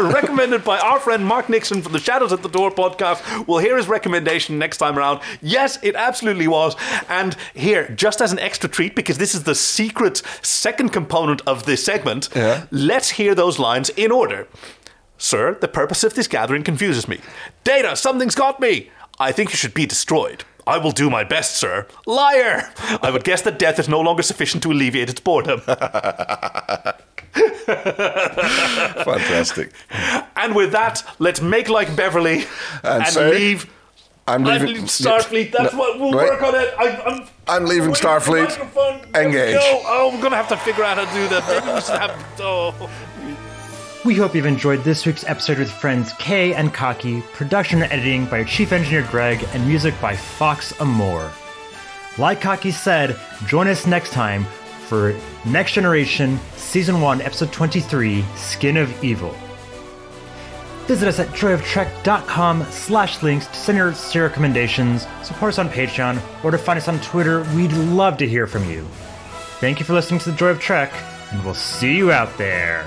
Recommended by our friend Mark Nixon from the Shadows at the Door podcast. We'll hear his recommendation next time around. Yes, it absolutely was. And here, just as an extra treat, because this is the secret second component of this segment,
Yeah.
let's hear those lines in order. Sir, the purpose of this gathering confuses me. Data, something's got me. I think you should be destroyed. I will do my best, sir. Liar! I would guess that death is no longer sufficient to alleviate its boredom.
Fantastic.
And with that, let's make like Beverly and,
sir,
leave.
I'm
I've
leaving-
leave Starfleet. That's
No,
what we'll
wait.
work on it. I, I'm.
I'm leaving
Where's the
Starfleet.
microphone?
Engage.
No, oh, we're gonna have to figure out how to do that. Maybe we should have. Oh.
We hope you've enjoyed this week's episode with friends Kay and Kaki, production and editing by Chief Engineer Greg, and music by Fox Amore. Like Kaki said, join us next time for Next Generation Season 1, Episode 23, Skin of Evil. Visit us at joyoftrek.com slash links to send your, your recommendations, support us on Patreon, or to find us on Twitter. We'd love to hear from you. Thank you for listening to The Joy of Trek, and we'll see you out there.